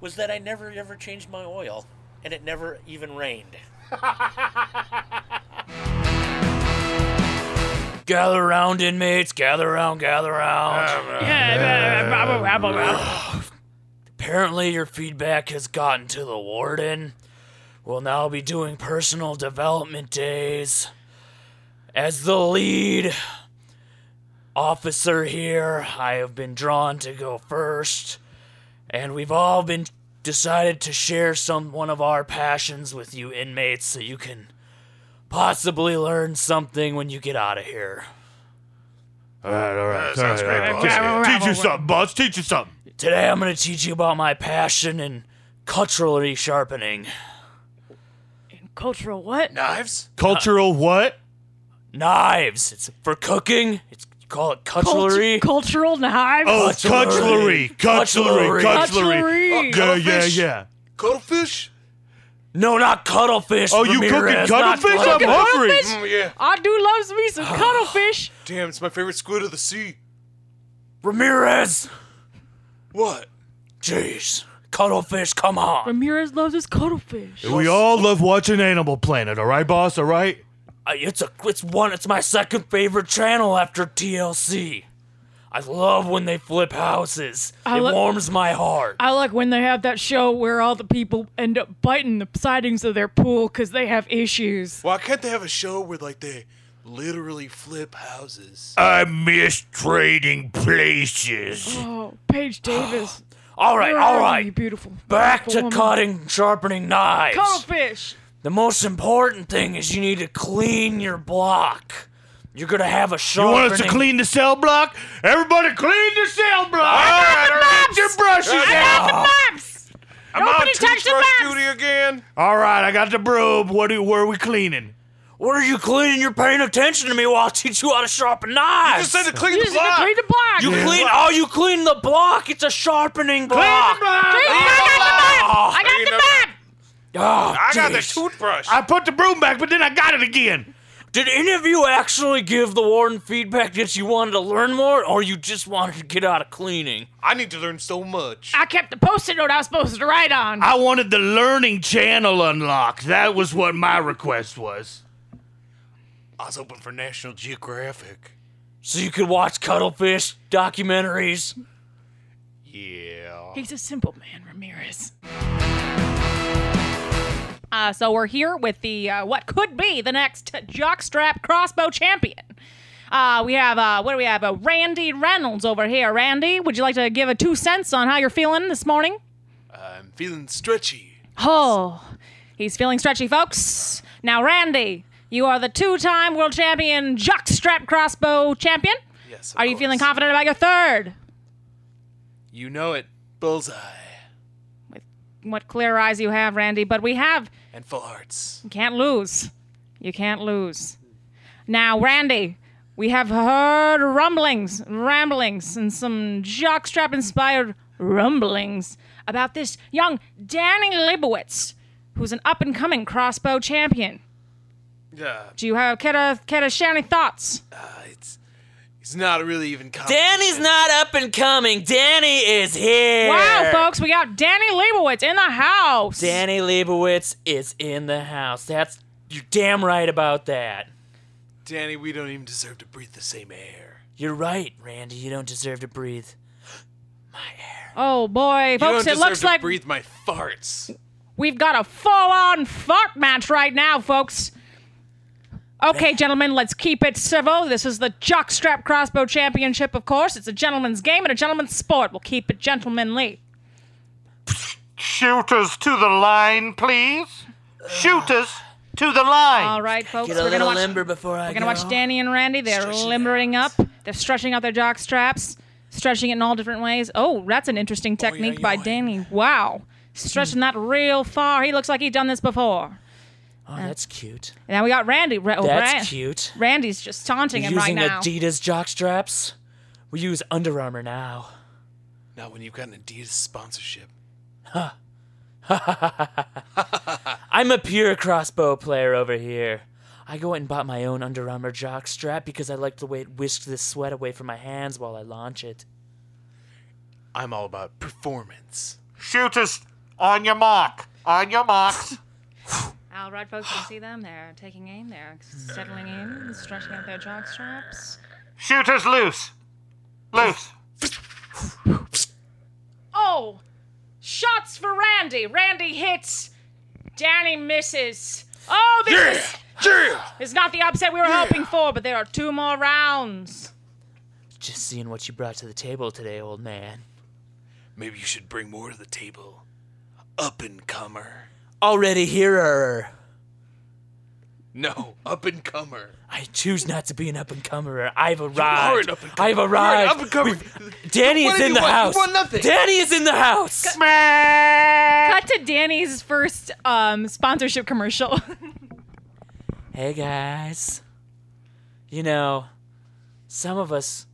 Speaker 7: was that I never ever changed my oil, and it never even rained.
Speaker 4: Gather around, inmates. Gather around, gather around. Apparently, your feedback has gotten to the warden. We'll now be doing personal development days. As the lead officer here, I have been drawn to go first, and we've all been
Speaker 9: decided to share some one of our passions with you inmates so you can possibly learn something when you get out of here.
Speaker 10: All right, all right.
Speaker 8: sounds
Speaker 10: all right,
Speaker 8: great,
Speaker 10: all
Speaker 8: boss.
Speaker 10: right. Teach, teach you something, boss. Teach you something.
Speaker 9: Today I'm going to teach you about my passion in cutlery sharpening.
Speaker 2: Cultural what?
Speaker 8: Knives?
Speaker 10: Cultural what?
Speaker 9: Uh, Knives. It's for cooking. It's you call it
Speaker 2: Cultu-
Speaker 9: cutlery.
Speaker 2: cultural knives.
Speaker 10: Oh, cutlery,
Speaker 9: Cutlery.
Speaker 10: cutlery,
Speaker 9: Cutlery.
Speaker 2: Cutlery.
Speaker 10: cutlery. Yeah, yeah,
Speaker 8: Cuttlefish?
Speaker 10: yeah.
Speaker 8: Cuttlefish?
Speaker 9: no, not cuttlefish.
Speaker 10: Oh, you
Speaker 9: Ramirez,
Speaker 10: cooking
Speaker 9: not
Speaker 10: cuttlefish?
Speaker 9: cuttlefish.
Speaker 10: I'm hungry.
Speaker 2: cuttlefish?
Speaker 8: Mm, yeah.
Speaker 2: I do loves me some cuttlefish.
Speaker 8: Damn, it's my favorite squid of the sea.
Speaker 9: Ramirez.
Speaker 8: What?
Speaker 9: Jeez. Cuttlefish, come on.
Speaker 2: Ramirez loves his cuttlefish.
Speaker 10: We all love watching Animal Planet, all right, boss? All right.
Speaker 9: I, it's a it's one it's my second favorite channel after TLC. I love when they flip houses.
Speaker 2: I
Speaker 9: it
Speaker 2: lo-
Speaker 9: warms my heart.
Speaker 2: I like when they have that show where all the people end up biting the sidings of their pool because they have issues.
Speaker 8: Why can't they have a show where, like, they literally flip houses?
Speaker 10: I miss trading places.
Speaker 2: Oh, Paige Davis.
Speaker 9: all right,
Speaker 2: where
Speaker 9: all
Speaker 2: are
Speaker 9: right.
Speaker 2: You beautiful.
Speaker 9: Back to
Speaker 2: beautiful woman?
Speaker 9: cutting, sharpening knives.
Speaker 2: Cuttlefish.
Speaker 9: The most important thing is you need to clean your block. You're gonna have a
Speaker 10: You
Speaker 9: sharpening.
Speaker 10: want us to clean the cell block? Everybody, clean the cell block.
Speaker 8: got the
Speaker 10: Get your brushes out.
Speaker 2: Maps.
Speaker 10: I'm on
Speaker 2: Nobody
Speaker 10: two-
Speaker 2: touched the
Speaker 8: First
Speaker 2: maps.
Speaker 8: duty again?
Speaker 10: All right, I got the broom. What do? Where are we cleaning?
Speaker 9: What are you cleaning? You're paying attention to me while I teach you how to sharpen
Speaker 8: You
Speaker 9: knives.
Speaker 8: just said to clean
Speaker 2: You
Speaker 8: the
Speaker 2: just need to
Speaker 8: block.
Speaker 2: clean the block.
Speaker 9: You clean. Oh, you clean the block. It's a sharpening block.
Speaker 2: Clean-
Speaker 10: block.
Speaker 9: Ah!
Speaker 2: I got the map. I got the map.
Speaker 9: Oh,
Speaker 8: I got the
Speaker 9: jeez.
Speaker 8: toothbrush.
Speaker 10: I put the broom back, but then I got it again.
Speaker 9: Did any of you actually give the warden feedback that you wanted to learn more, or you just wanted to get out of cleaning?
Speaker 8: I need to learn so much.
Speaker 2: I kept the post-it note I was supposed to write on.
Speaker 10: I wanted the learning channel unlocked. That was what my request was.
Speaker 8: I was hoping for National Geographic.
Speaker 9: So you could watch cuttlefish documentaries.
Speaker 8: Yeah.
Speaker 2: He's a simple man, Ramirez. Uh, so we're here with the uh, what could be the next jockstrap crossbow champion. Uh, we have uh, what do we have? Uh, Randy Reynolds over here. Randy, would you like to give a two cents on how you're feeling this morning?
Speaker 8: I'm feeling stretchy.
Speaker 2: Oh, he's feeling stretchy, folks. Now, Randy, you are the two-time world champion jockstrap crossbow champion.
Speaker 8: Yes. of
Speaker 2: Are you feeling
Speaker 8: course.
Speaker 2: confident about your third?
Speaker 8: You know it. Bullseye.
Speaker 2: With what clear eyes you have, Randy. But we have
Speaker 8: And full hearts.
Speaker 2: You can't lose. You can't lose. Now, Randy, we have heard rumblings, ramblings, and some jockstrap inspired rumblings about this young Danny Leibowitz, who's an up and coming crossbow champion.
Speaker 8: Yeah.
Speaker 2: Do you have Keta, Keta Shani thoughts?
Speaker 8: It's. He's not really even confident.
Speaker 9: Danny's not up and coming. Danny is here.
Speaker 2: Wow, folks, we got Danny Leibowitz in the house.
Speaker 9: Danny Leibowitz is in the house. That's you're damn right about that.
Speaker 8: Danny, we don't even deserve to breathe the same air.
Speaker 9: You're right, Randy. You don't deserve to breathe.
Speaker 2: Oh, boy,
Speaker 8: You
Speaker 2: folks,
Speaker 8: don't
Speaker 2: it
Speaker 8: deserve
Speaker 2: looks
Speaker 8: to
Speaker 2: like
Speaker 8: breathe my farts.
Speaker 2: We've got a full on fart match right now, folks. Okay, gentlemen, let's keep it civil. This is the Jockstrap Crossbow Championship, of course. It's a gentleman's game and a gentleman's sport. We'll keep it gentlemanly.
Speaker 10: Shooters to the line, please. Shooters to the line.
Speaker 2: All right, folks.
Speaker 9: Get a
Speaker 2: we're gonna
Speaker 9: little
Speaker 2: watch,
Speaker 9: limber before I
Speaker 2: We're gonna
Speaker 9: go.
Speaker 2: watch Danny and Randy. They're
Speaker 8: Stretching
Speaker 2: limbering up. They're stretching out their jock straps, stretching it in all different ways. Oh, that's an interesting technique by
Speaker 8: yoing.
Speaker 2: Danny. Wow, stretching that real far. He looks like he's done this before.
Speaker 9: Oh, that's cute.
Speaker 2: And now we got Randy. Ra- oh,
Speaker 9: That's
Speaker 2: Ran-
Speaker 9: cute.
Speaker 2: Randy's just taunting
Speaker 9: You're
Speaker 2: him right
Speaker 9: using
Speaker 2: now.
Speaker 9: Adidas jock straps. We use Under Armour now.
Speaker 8: Not when you've got an Adidas sponsorship.
Speaker 9: I'm a pure crossbow player over here. I go out and bought my own Under Armour jock strap because I like the way it whisks the sweat away from my hands while I launch it.
Speaker 8: I'm all about performance.
Speaker 10: Shooters on your mark. On your marks.
Speaker 2: All right, folks, you see them. They're taking aim. They're settling in, stretching out their jock straps.
Speaker 10: Shooters loose. Loose.
Speaker 2: Oh! Shots for Randy. Randy hits. Danny misses. Oh, this is,
Speaker 8: Yeah!
Speaker 2: is not the upset we were hoping for, but there are two more rounds.
Speaker 9: Just seeing what you brought to the table today, old man.
Speaker 8: Maybe you should bring more to the table. up and comer.
Speaker 4: Already here.
Speaker 3: No, up and comer.
Speaker 4: I choose not to be an up and comer. I've arrived.
Speaker 3: are an up-and-comer.
Speaker 4: I've
Speaker 3: You are an
Speaker 4: arrived.
Speaker 3: up-and-comer.
Speaker 4: We've- Danny
Speaker 3: What
Speaker 4: is
Speaker 3: have
Speaker 4: in
Speaker 3: you
Speaker 4: the
Speaker 3: won? You've
Speaker 4: house.
Speaker 3: won nothing.
Speaker 4: Danny is in the house.
Speaker 2: Cut to Danny's first um, sponsorship commercial.
Speaker 4: Hey guys. You know, some of us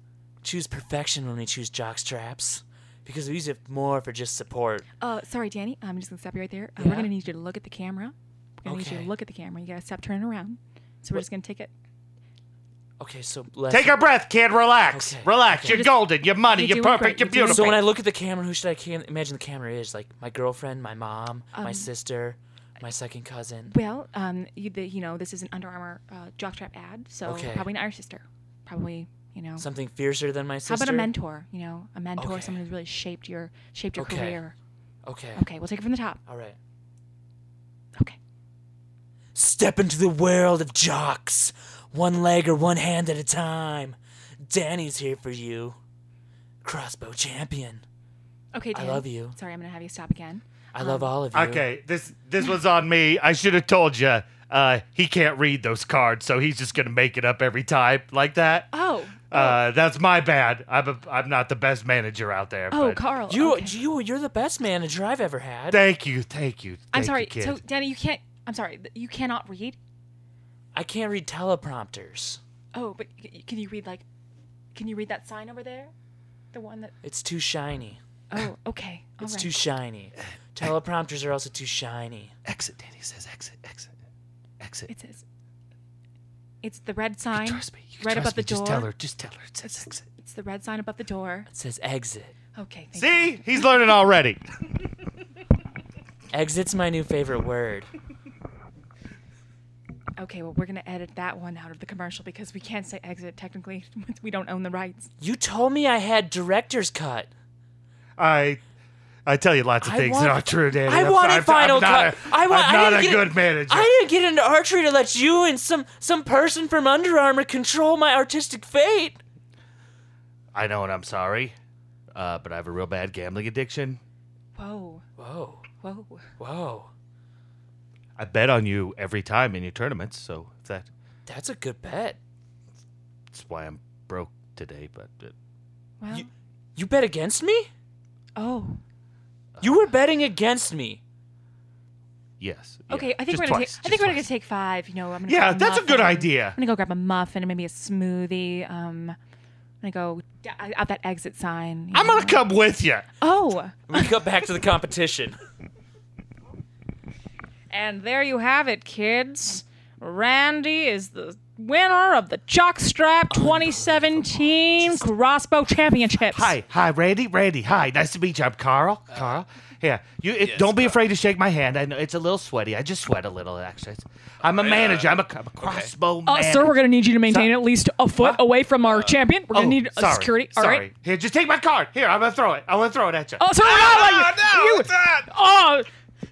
Speaker 4: choose perfection when we choose jock straps because we use it more for just support.
Speaker 2: uh, sorry, Danny. I'm just gonna stop you right there. Uh,
Speaker 4: Yeah?
Speaker 2: We're gonna need you to look at the camera. We're gonna need you
Speaker 4: Okay.
Speaker 2: to look at the camera. You gotta stop turning around. So we're just gonna take it.
Speaker 4: Okay, so let's
Speaker 1: Take a breath, kid. Relax.
Speaker 4: Okay.
Speaker 1: Relax. You're
Speaker 2: Just-
Speaker 1: golden. You're money.
Speaker 2: you're
Speaker 1: You're,
Speaker 2: doing
Speaker 1: perfect.
Speaker 2: great.
Speaker 1: You're
Speaker 2: You're doing
Speaker 4: So
Speaker 1: beautiful.
Speaker 4: when I look at the camera, who should I can- imagine the camera is? Like my girlfriend, my mom, my
Speaker 2: Um,
Speaker 4: sister, my second cousin.
Speaker 2: Well, um, you, the, you know, this is an Under Armour uh, jockstrap ad, so
Speaker 4: Okay.
Speaker 2: probably not your sister. Probably, you know,
Speaker 4: Something fiercer than my
Speaker 2: how
Speaker 4: sister.
Speaker 2: about a mentor? You know, a mentor,
Speaker 4: Okay.
Speaker 2: someone who's really shaped your shaped your
Speaker 4: Okay.
Speaker 2: career.
Speaker 4: Okay.
Speaker 2: Okay, we'll take it from the top.
Speaker 4: All right.
Speaker 2: Okay.
Speaker 4: Step into the world of jocks, one leg or one hand at a time. Danny's here for you. Crossbow champion.
Speaker 2: Okay,
Speaker 4: I
Speaker 2: Dan.
Speaker 4: love you.
Speaker 2: Sorry, I'm gonna have you stop again.
Speaker 4: I love all of you.
Speaker 1: okay, this this was on me. I should have told you. Uh, he can't read those cards, so he's just gonna make it up every time like that.
Speaker 2: Oh,
Speaker 1: Uh, that's my bad. I'm a, I'm not the best manager out there.
Speaker 2: oh,
Speaker 1: but
Speaker 2: Carl.
Speaker 4: You,
Speaker 2: okay.
Speaker 4: you, you're the best manager I've ever had.
Speaker 1: Thank you, thank you.
Speaker 2: I'm
Speaker 1: thank
Speaker 2: sorry.
Speaker 1: you, kid.
Speaker 2: So, Danny, you can't. I'm sorry. th- You cannot read.
Speaker 4: I can't read teleprompters.
Speaker 2: Oh, but c- y- can you read like? Can you read that sign over there? The one that.
Speaker 4: It's too shiny.
Speaker 2: Oh, okay. All
Speaker 4: It's
Speaker 2: right.
Speaker 4: too shiny. Teleprompters are also too shiny.
Speaker 1: Uh, exit, Danny says exit, exit, exit.
Speaker 2: It says. It's the red sign.
Speaker 1: trust me. You can
Speaker 2: right
Speaker 1: trust
Speaker 2: above
Speaker 1: me.
Speaker 2: the door.
Speaker 1: Just tell her. Just tell her. It says exit.
Speaker 2: It's the red sign above the door.
Speaker 4: It says exit.
Speaker 2: Okay. Thank God.
Speaker 1: See, he's learning already.
Speaker 4: Exit's my new favorite word.
Speaker 2: Okay. Well, we're gonna edit that one out of the commercial because we can't say exit technically. we don't own the rights.
Speaker 4: You told me I had director's cut.
Speaker 1: I I tell you lots of
Speaker 4: I
Speaker 1: things
Speaker 4: want-
Speaker 1: that aren't true, Danny.
Speaker 4: I
Speaker 1: I'm
Speaker 4: wanted
Speaker 1: not- I'm-
Speaker 4: Final
Speaker 1: I'm not
Speaker 4: Cut.
Speaker 1: a-
Speaker 4: I want.
Speaker 1: I'm
Speaker 4: I
Speaker 1: not
Speaker 4: didn't
Speaker 1: a
Speaker 4: get,
Speaker 1: good manager.
Speaker 4: I didn't get into archery to let you and some some person from Under Armour control my artistic fate.
Speaker 1: I know, and I'm sorry, uh, but I have a real bad gambling addiction.
Speaker 2: Whoa.
Speaker 4: Whoa,
Speaker 2: Whoa.
Speaker 4: whoa,
Speaker 1: I bet on you every time in your tournaments, so if that-
Speaker 4: that's a good bet.
Speaker 1: that's why I'm broke today. But uh,
Speaker 2: Well.
Speaker 4: You, you bet against me?
Speaker 2: oh.
Speaker 4: You were betting against me.
Speaker 1: yes. yeah,
Speaker 2: Okay, I think
Speaker 1: just
Speaker 2: we're gonna
Speaker 1: twice,
Speaker 2: take. I
Speaker 1: just
Speaker 2: think we're gonna
Speaker 1: twice.
Speaker 2: take five. You know, I'm gonna.
Speaker 1: Yeah,
Speaker 2: grab
Speaker 1: that's a good
Speaker 2: muffin.
Speaker 1: idea.
Speaker 2: I'm gonna go grab a muffin and maybe a smoothie. Um, I'm gonna go d- out that exit sign. you
Speaker 1: I'm gonna
Speaker 2: know.
Speaker 1: come with you.
Speaker 2: Oh,
Speaker 4: We got back to the competition.
Speaker 2: and there you have it, kids. Randy is the winner of the Jockstrap 2017 Crossbow Championships.
Speaker 1: Hi, hi, Randy, Randy. Hi, nice to meet you. I'm Carl. Carl.
Speaker 4: Uh,
Speaker 1: Yeah, you it, don't be afraid to shake my hand. I know it's a little sweaty. I just sweat a little, actually. It's- I'm a manager. I'm a, I'm a crossbow
Speaker 2: Uh,
Speaker 1: man.
Speaker 2: sir, we're gonna need you to maintain at least a foot away from
Speaker 10: Uh,
Speaker 2: our champion. We're gonna
Speaker 1: Oh,
Speaker 2: need a
Speaker 1: sorry,
Speaker 2: security. All right.
Speaker 1: sorry. Here, just take my card. Here, I'm gonna throw it. I wanna throw it at you.
Speaker 2: Oh, sorry.
Speaker 3: Ah,
Speaker 2: no,
Speaker 3: no,
Speaker 2: you,
Speaker 3: what's that?
Speaker 2: oh,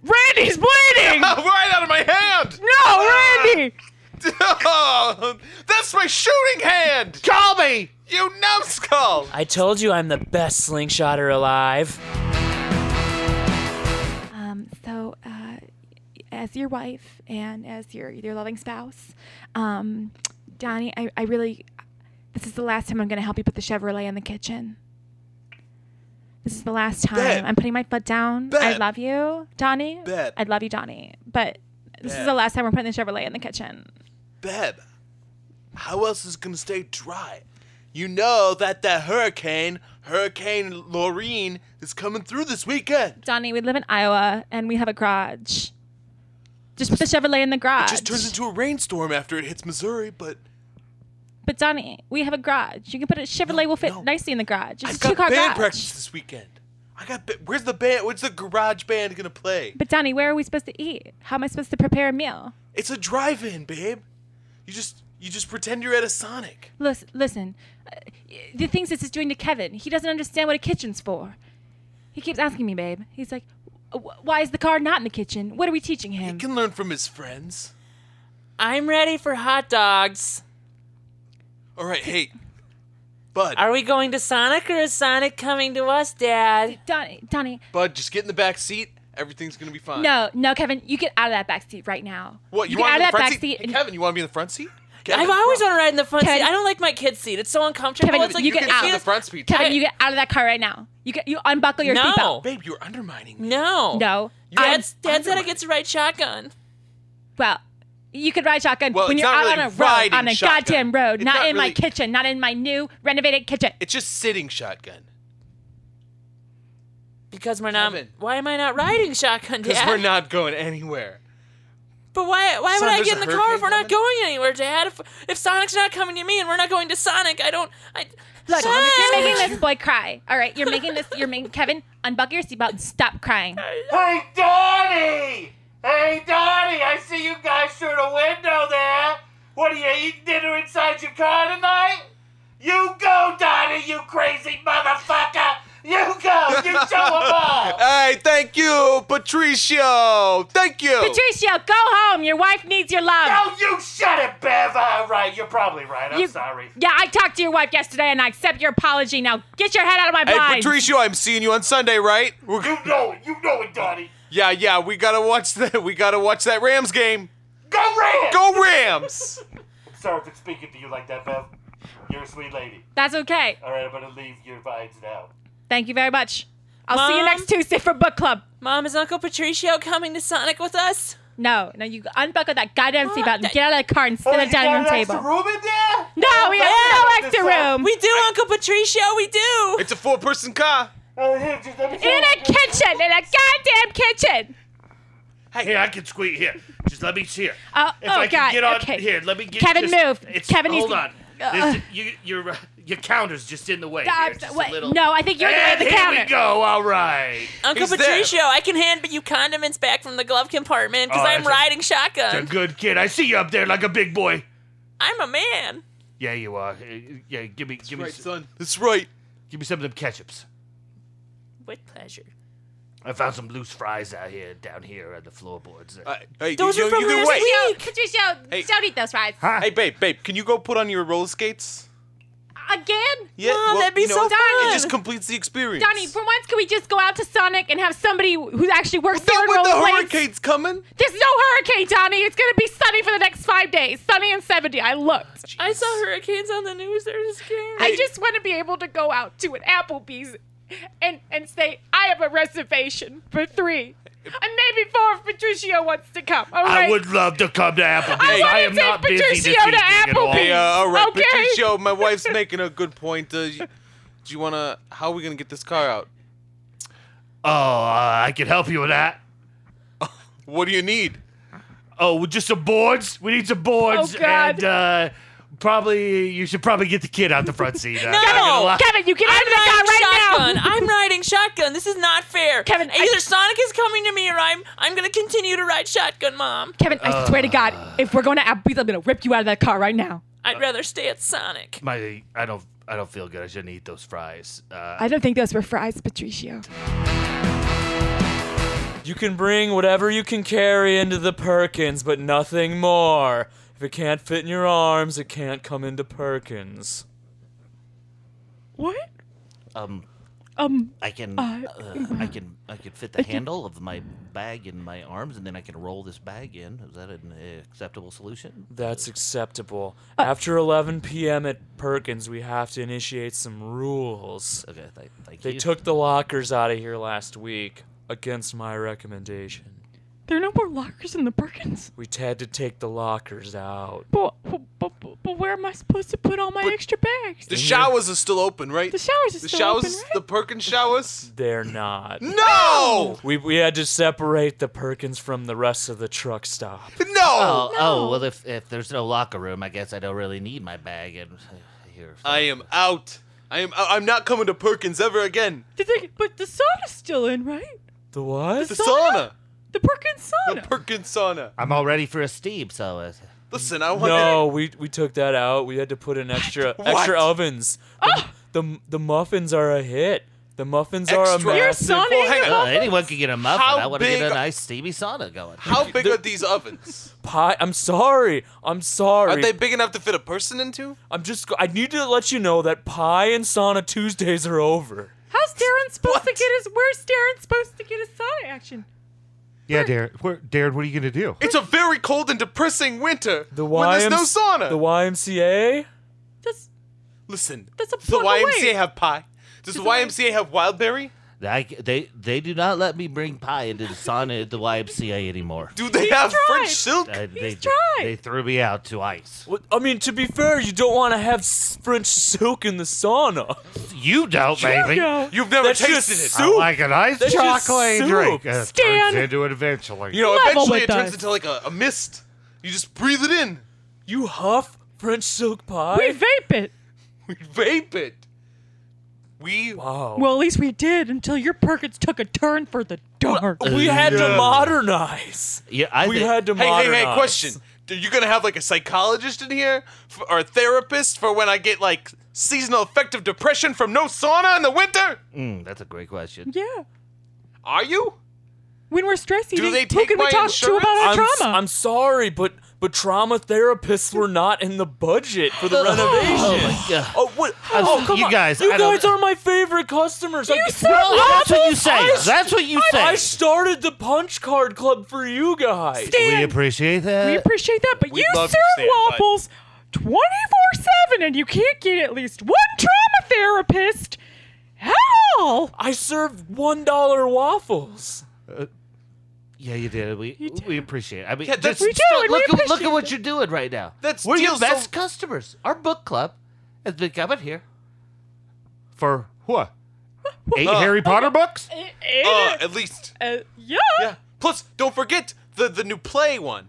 Speaker 2: Randy's bleeding.
Speaker 3: Oh, right out of my hand.
Speaker 2: no, Randy.
Speaker 3: Oh, that's my shooting hand.
Speaker 1: Call me.
Speaker 3: You numbskull.
Speaker 4: I told you I'm the best slingshotter alive.
Speaker 2: Um, so, uh, as your wife and as your your loving spouse, um, Donnie, I, I really, this is the last time I'm going to help you put the Chevrolet in the kitchen. This is the last time.
Speaker 8: Bet.
Speaker 2: I'm putting my foot down. I
Speaker 8: Bet.
Speaker 2: love you, Donnie.
Speaker 8: Bet.
Speaker 2: I love you, Donnie. But this is
Speaker 8: Bet.
Speaker 2: the last time we're putting the Chevrolet in the kitchen.
Speaker 8: Babe, how else is it gonna stay dry? You know that that hurricane, Hurricane Laureen, is coming through this weekend.
Speaker 2: Donnie, we live in Iowa and we have a garage. Just put the Chevrolet in the garage.
Speaker 8: Just turns into a rainstorm after it hits Missouri, but
Speaker 2: but Donnie, we have a garage. You can put a Chevrolet. will fit
Speaker 8: no.
Speaker 2: nicely in the garage. It's
Speaker 8: I've
Speaker 2: a two
Speaker 8: got
Speaker 2: car
Speaker 8: band
Speaker 2: garage.
Speaker 8: practice this weekend. I got. Ba- Where's the band? Where's the garage band gonna play?
Speaker 2: But Donnie, where are we supposed to eat? How am I supposed to prepare a meal?
Speaker 8: It's a drive-in, babe. You just you just pretend you're at a Sonic.
Speaker 2: Listen, listen. Uh, the things this is doing to Kevin, he doesn't understand what a kitchen's for. He keeps asking me, babe. He's like, "Wh- "Why is the car not in the kitchen? What are we teaching
Speaker 8: He
Speaker 2: him?"
Speaker 8: can learn from his friends.
Speaker 4: I'm ready for hot dogs.
Speaker 8: All right, hey, Bud,
Speaker 4: Are we going to Sonic or is Sonic coming to us, Dad?
Speaker 2: Donnie, Donnie,
Speaker 8: Bud, just get in the back seat Everything's gonna be fine.
Speaker 2: No, no, Kevin, you get out of that backseat right now.
Speaker 8: What you,
Speaker 2: get
Speaker 8: want
Speaker 2: out
Speaker 8: to
Speaker 2: of that
Speaker 8: be in the front
Speaker 2: backseat?
Speaker 8: seat? Hey,
Speaker 2: and-
Speaker 8: Kevin, you want to be in the front seat?
Speaker 11: I've always
Speaker 8: on.
Speaker 11: wanted to ride in the front
Speaker 2: Kevin-
Speaker 11: seat. I don't like my kid's seat. It's so uncomfortable.
Speaker 2: Kevin,
Speaker 11: it's like
Speaker 2: you get
Speaker 8: can
Speaker 2: out.
Speaker 8: sit in the front seat.
Speaker 2: Kevin,
Speaker 8: Babe,
Speaker 2: you get out of that car right now. You get you unbuckle your
Speaker 11: No.
Speaker 2: seatbelt.
Speaker 8: Babe, you're undermining me.
Speaker 11: No.
Speaker 2: No, I'm-
Speaker 11: Dad's, dad said I get to ride shotgun.
Speaker 2: well, you could ride shotgun
Speaker 8: Well,
Speaker 2: when
Speaker 8: it's
Speaker 2: you're
Speaker 8: not
Speaker 2: out
Speaker 8: really
Speaker 2: on a road,
Speaker 8: riding
Speaker 2: on a
Speaker 8: shotgun.
Speaker 2: goddamn road,
Speaker 8: It's
Speaker 2: not,
Speaker 8: not
Speaker 2: in my
Speaker 8: really-
Speaker 2: kitchen, not in my new renovated kitchen.
Speaker 8: It's just sitting shotgun.
Speaker 11: Because we're not.
Speaker 8: Kevin.
Speaker 11: Why am I not riding shotgun,
Speaker 8: Because
Speaker 11: Dad?
Speaker 8: we're not going anywhere.
Speaker 11: But why? Why
Speaker 8: Son,
Speaker 11: would I
Speaker 8: there's
Speaker 11: get in
Speaker 8: a
Speaker 11: the car if
Speaker 8: hurricane
Speaker 11: we're not
Speaker 8: coming.
Speaker 11: going anywhere, Dad? If, if Sonic's not coming to me and we're not going to Sonic, I don't. I.
Speaker 2: Look,
Speaker 11: Sonic
Speaker 2: you're
Speaker 11: is
Speaker 2: making
Speaker 11: coming.
Speaker 2: this boy cry. All right, you're making this. You're making Kevin unbuckle your seatbelt and stop crying.
Speaker 10: Hey, Ah, Donnie! Hey, Donnie! I see you guys through the window there. What are you eating dinner inside your car tonight? You go, Donnie! You crazy motherfucker! You go! You show 'em all!
Speaker 8: Hey, thank you, Patricio. Thank you.
Speaker 2: Patricio, go home. Your wife needs your love.
Speaker 10: Oh, you shut it, Bev! All right, you're probably right. I'm
Speaker 2: You-
Speaker 10: sorry.
Speaker 2: Yeah, I talked to your wife yesterday, and I accept your apology. Now get your head out of my
Speaker 8: hey,
Speaker 2: blind.
Speaker 8: Patricio, I'm seeing you on Sunday, right? We're-
Speaker 10: You know it. You know it, Donnie.
Speaker 8: yeah, yeah. We gotta watch that. We gotta watch that Rams game.
Speaker 10: Go, Rams!
Speaker 8: Go Rams!
Speaker 10: Sorry for speaking to you like that, Bev. You're a sweet lady.
Speaker 2: That's okay.
Speaker 10: All right, I'm gonna leave your vines now.
Speaker 2: Thank you very much. I'll see you
Speaker 11: Mom?
Speaker 2: next Tuesday for book club.
Speaker 11: Mom, is Uncle Patricio coming to Sonic with us?
Speaker 2: No, no, you unbuckle that goddamn
Speaker 11: What?
Speaker 2: seatbelt and get out of the car and sit at the dining room
Speaker 10: Extra
Speaker 2: table.
Speaker 10: room in there?
Speaker 2: No, we have no extra room.
Speaker 11: We do, Uncle Patricio. We do.
Speaker 8: It's a four-person car.
Speaker 10: Oh, here, just let me show
Speaker 2: In a
Speaker 10: you.
Speaker 2: kitchen, in a goddamn kitchen.
Speaker 10: Here, I can squeeze here. Just let me see here.
Speaker 2: Oh,
Speaker 10: If
Speaker 2: oh,
Speaker 10: I
Speaker 2: God,
Speaker 10: can get on
Speaker 2: okay.
Speaker 10: here, let me get
Speaker 2: Kevin,
Speaker 10: just,
Speaker 2: move.
Speaker 10: It's,
Speaker 2: Kevin needs
Speaker 10: hold
Speaker 2: to-
Speaker 10: on. This, you, your uh, your counter's just in the way.
Speaker 2: Uh,
Speaker 10: here, just a
Speaker 2: wait,
Speaker 10: little.
Speaker 2: no, I think you're in the way of
Speaker 10: And
Speaker 2: the
Speaker 10: here
Speaker 2: counter.
Speaker 10: we go. All right.
Speaker 11: Uncle
Speaker 8: He's there.
Speaker 11: Patricio, I can hand you condiments back from the glove compartment because
Speaker 10: Oh,
Speaker 11: I'm
Speaker 10: that's a-
Speaker 11: riding
Speaker 10: You're a
Speaker 11: shotgun.
Speaker 10: good kid. I see you up there like a big boy.
Speaker 11: I'm a man.
Speaker 10: Yeah, you are. Uh, Yeah, give me give me
Speaker 8: Right,
Speaker 10: s-
Speaker 8: son. That's right.
Speaker 10: give me some of them ketchups.
Speaker 11: With pleasure.
Speaker 10: I found some loose fries out here down here on the floorboards.
Speaker 8: Uh, hey,
Speaker 11: Those
Speaker 8: you,
Speaker 11: are from
Speaker 8: you can
Speaker 11: last
Speaker 8: wait.
Speaker 11: week.
Speaker 2: Patricio,
Speaker 8: Hey.
Speaker 2: don't eat those fries.
Speaker 10: Huh?
Speaker 8: Hey, babe, babe, can you go put on your roller skates?
Speaker 2: Again?
Speaker 8: Yeah,
Speaker 11: Mom, that'd be
Speaker 8: you know,
Speaker 11: so fun.
Speaker 8: It just completes the experience.
Speaker 2: Donnie, for once, can we just go out to Sonic and have somebody who actually works there and
Speaker 8: Not with the
Speaker 2: roller blades?
Speaker 8: hurricane's coming.
Speaker 2: There's no hurricane, Donnie. It's going to be sunny for the next five days. Sunny and 70. I looked.
Speaker 11: I saw hurricanes on the news. They're scary.
Speaker 2: I just want to be able to go out to an Applebee's and, and say, I have a reservation for three. And maybe four if Patricio wants to come. All right?
Speaker 10: I would love to come to Applebee's.
Speaker 2: I wanna
Speaker 10: I am
Speaker 2: take
Speaker 10: not busy this
Speaker 2: Patricio to
Speaker 10: evening at all.
Speaker 2: Applebee's.
Speaker 8: Hey, uh, all right,
Speaker 2: Okay.
Speaker 8: Patricio, my wife's making a good point. Uh, you- do you wanna? How are we gonna get this car out?
Speaker 10: Oh, uh, I can help you with that.
Speaker 8: What do you need?
Speaker 10: Oh, well, just some boards. We need some boards.
Speaker 2: Oh, God.
Speaker 10: And uh, probably you should probably get the kid out the front seat. uh, I'm not
Speaker 11: No.
Speaker 10: gonna lie.
Speaker 2: Kevin, you get out
Speaker 11: I'm
Speaker 2: of the car
Speaker 11: riding
Speaker 2: right
Speaker 11: shotgun.
Speaker 2: now.
Speaker 11: I'm riding shotgun. This is not fair.
Speaker 2: Kevin, I-
Speaker 11: either Sonic is coming to me or I'm I'm gonna continue to ride shotgun, Mom.
Speaker 2: Kevin,
Speaker 10: Uh,
Speaker 2: I swear to God, if we're going to Applebee's, I'm going to rip you out of that car right now.
Speaker 11: I'd rather stay at Sonic.
Speaker 10: My, I don't, I don't feel good. I shouldn't eat those fries. Uh,
Speaker 2: I don't think those were fries, Patricio.
Speaker 11: You can bring whatever you can carry into the Perkins, but nothing more. If it can't fit in your arms, it can't come into Perkins.
Speaker 5: What?
Speaker 1: Um,
Speaker 5: Um,
Speaker 1: I can, uh, I can, I can fit the handle of my bag in my arms, and then I can roll this bag in. Is that an uh, acceptable solution?
Speaker 11: That's acceptable.
Speaker 5: Uh,
Speaker 11: After 11 p.m. at Perkins, we have to initiate some rules.
Speaker 1: Okay, th- thank
Speaker 11: They
Speaker 1: you.
Speaker 11: took the lockers out of here last week against my recommendation.
Speaker 5: there are no more lockers in the Perkins.
Speaker 11: We had to take the lockers out.
Speaker 5: But, but, but, but where am I supposed to put all my extra bags?
Speaker 8: The showers are still open, right?
Speaker 5: The showers are
Speaker 8: The
Speaker 5: still
Speaker 8: showers,
Speaker 5: open, right?
Speaker 8: the Perkins showers.
Speaker 11: They're not.
Speaker 8: No,
Speaker 11: We, we had to separate the Perkins from the rest of the truck stop.
Speaker 8: no.
Speaker 1: Oh, oh well, if if there's no locker room, I guess I don't really need my bag. And here,
Speaker 8: I am out. I am. out. I'm not coming to Perkins ever again.
Speaker 5: Did they, but the sauna's still in, right?
Speaker 11: The what?
Speaker 8: The
Speaker 5: Sauna?
Speaker 8: sauna.
Speaker 5: The Perkins
Speaker 8: The
Speaker 5: sauna.
Speaker 8: Perkins sauna.
Speaker 1: I'm all ready for a steam. So, uh,
Speaker 8: Listen, I want.
Speaker 11: No, we we took that out. We had to put in extra extra ovens. The, the the muffins are a hit. The muffins are a
Speaker 8: Extra. You're
Speaker 11: massive.
Speaker 5: sauna
Speaker 8: Well,
Speaker 5: in
Speaker 8: hang on.
Speaker 5: the
Speaker 1: well,
Speaker 5: muffins?
Speaker 1: anyone can get a muffin.
Speaker 8: How
Speaker 1: I want to get
Speaker 8: big-
Speaker 1: a nice steamy sauna going.
Speaker 8: How big are these ovens?
Speaker 11: pie. I'm sorry. I'm sorry.
Speaker 8: Are they big enough to fit a person into?
Speaker 11: I'm just. go- I need to let you know that pie and sauna Tuesdays are over.
Speaker 5: How's Darren supposed to
Speaker 8: What?
Speaker 5: get his? Where's Darren supposed to get his sauna action?
Speaker 10: Yeah, Darren. Where, Darren, what are you gonna do?
Speaker 3: It's a very cold and depressing winter
Speaker 11: The
Speaker 3: when there's no sauna.
Speaker 11: The YMCA.
Speaker 3: Listen,
Speaker 8: That's a
Speaker 3: does the
Speaker 8: block away.
Speaker 3: YMCA have pie? Does the YMCA have wildberry?
Speaker 1: I, they they do not let me bring pie into the sauna at the YMCA anymore.
Speaker 3: Do they have French silk?
Speaker 1: Uh, they,
Speaker 8: tried.
Speaker 1: they threw me out to ice.
Speaker 11: Well, I mean, to be fair, you don't want to have s- French silk in the sauna.
Speaker 1: You don't, baby.
Speaker 11: Yeah.
Speaker 3: You've never
Speaker 11: That's just
Speaker 3: tasted it.
Speaker 11: soup.
Speaker 10: I like a nice
Speaker 11: That's just
Speaker 10: chocolate
Speaker 11: soup.
Speaker 10: drink. Uh,
Speaker 8: Stan.
Speaker 10: turns into it eventually.
Speaker 3: You know,
Speaker 8: Level
Speaker 3: eventually
Speaker 8: with
Speaker 3: it turns
Speaker 8: us.
Speaker 3: into like a, a mist. You just breathe it in.
Speaker 11: You huff French silk pie.
Speaker 5: We vape it.
Speaker 3: We vape it. We
Speaker 11: wow.
Speaker 5: Well, at least we did until your Perkins took a turn for the dark.
Speaker 11: we had to modernize.
Speaker 1: Yeah, I
Speaker 11: we
Speaker 1: thi-
Speaker 11: had to
Speaker 3: Hey, hey,
Speaker 11: modernize.
Speaker 3: hey, question. Are you going to have like a psychologist in here F or a therapist for when I get like seasonal affective depression from no sauna in the winter?
Speaker 1: Mm, that's a great question.
Speaker 5: Yeah.
Speaker 3: Are you?
Speaker 5: When we're stress eating,
Speaker 3: they
Speaker 5: who
Speaker 3: take
Speaker 5: can we
Speaker 3: my
Speaker 5: talk to
Speaker 3: insurance?
Speaker 5: about our
Speaker 11: I'm, s-
Speaker 5: trauma?
Speaker 11: I'm sorry, but but trauma therapists were not in the budget for the
Speaker 1: Oh
Speaker 11: renovation.
Speaker 1: my god.
Speaker 11: Oh, what?
Speaker 1: I'm-
Speaker 11: oh, come
Speaker 1: you
Speaker 11: on.
Speaker 1: guys,
Speaker 11: you
Speaker 1: I don't-
Speaker 11: guys are my favorite customers. You I,
Speaker 1: Well, that's what you say.
Speaker 11: I-
Speaker 1: That's what you
Speaker 11: I
Speaker 1: say.
Speaker 11: started the punch card club for you
Speaker 10: we
Speaker 11: guys.
Speaker 5: Stan,
Speaker 10: appreciate
Speaker 5: we
Speaker 10: that.
Speaker 5: appreciate that, but
Speaker 3: we
Speaker 5: you
Speaker 3: love
Speaker 5: serve
Speaker 3: you, Stan, but-
Speaker 5: waffles 24 7 and you can't get at least one trauma therapist at all.
Speaker 11: I served one dollar waffles.
Speaker 10: Uh,
Speaker 1: yeah, you did. We we appreciate it. I mean,
Speaker 3: Yeah, that's-
Speaker 1: just
Speaker 3: We
Speaker 5: do, and we
Speaker 1: look, at, look
Speaker 5: appreciate
Speaker 1: at what you're doing right now.
Speaker 3: That's
Speaker 1: we're your
Speaker 3: deal, so-
Speaker 1: best customers. Our book club has been coming here.
Speaker 10: For what? Eight Harry Potter books?
Speaker 3: Uh, at least.
Speaker 5: Eh, Uh, yeah.
Speaker 3: Yeah. Plus, don't forget the, the new play one.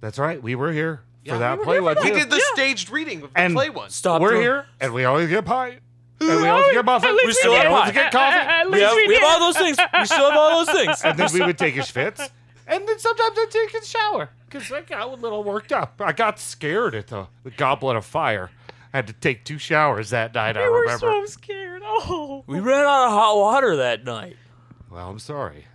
Speaker 10: That's right. We were here for that
Speaker 5: were
Speaker 10: play
Speaker 5: here for
Speaker 10: one
Speaker 5: that.
Speaker 3: We
Speaker 10: too.
Speaker 3: did the staged reading of the
Speaker 10: And
Speaker 3: play one.
Speaker 11: Stop.
Speaker 10: we're
Speaker 11: doing-
Speaker 10: here, and we always get pie, and we always get muffins.
Speaker 5: least
Speaker 10: We
Speaker 5: we
Speaker 10: still
Speaker 11: did.
Speaker 10: always
Speaker 11: Uh,
Speaker 10: get coffee,
Speaker 5: At
Speaker 11: We
Speaker 5: least
Speaker 11: have,
Speaker 5: we,
Speaker 11: we
Speaker 5: did.
Speaker 11: have all those things. We still have all those things.
Speaker 10: and then we would take a schwitz, and then sometimes I'd take a shower because I got a little worked up. I got scared at the, the goblet of fire. I had to take two showers that night. I
Speaker 5: we were
Speaker 10: remember.
Speaker 5: so scared. Oh.
Speaker 11: We ran out of hot water that night.
Speaker 10: well, I'm sorry.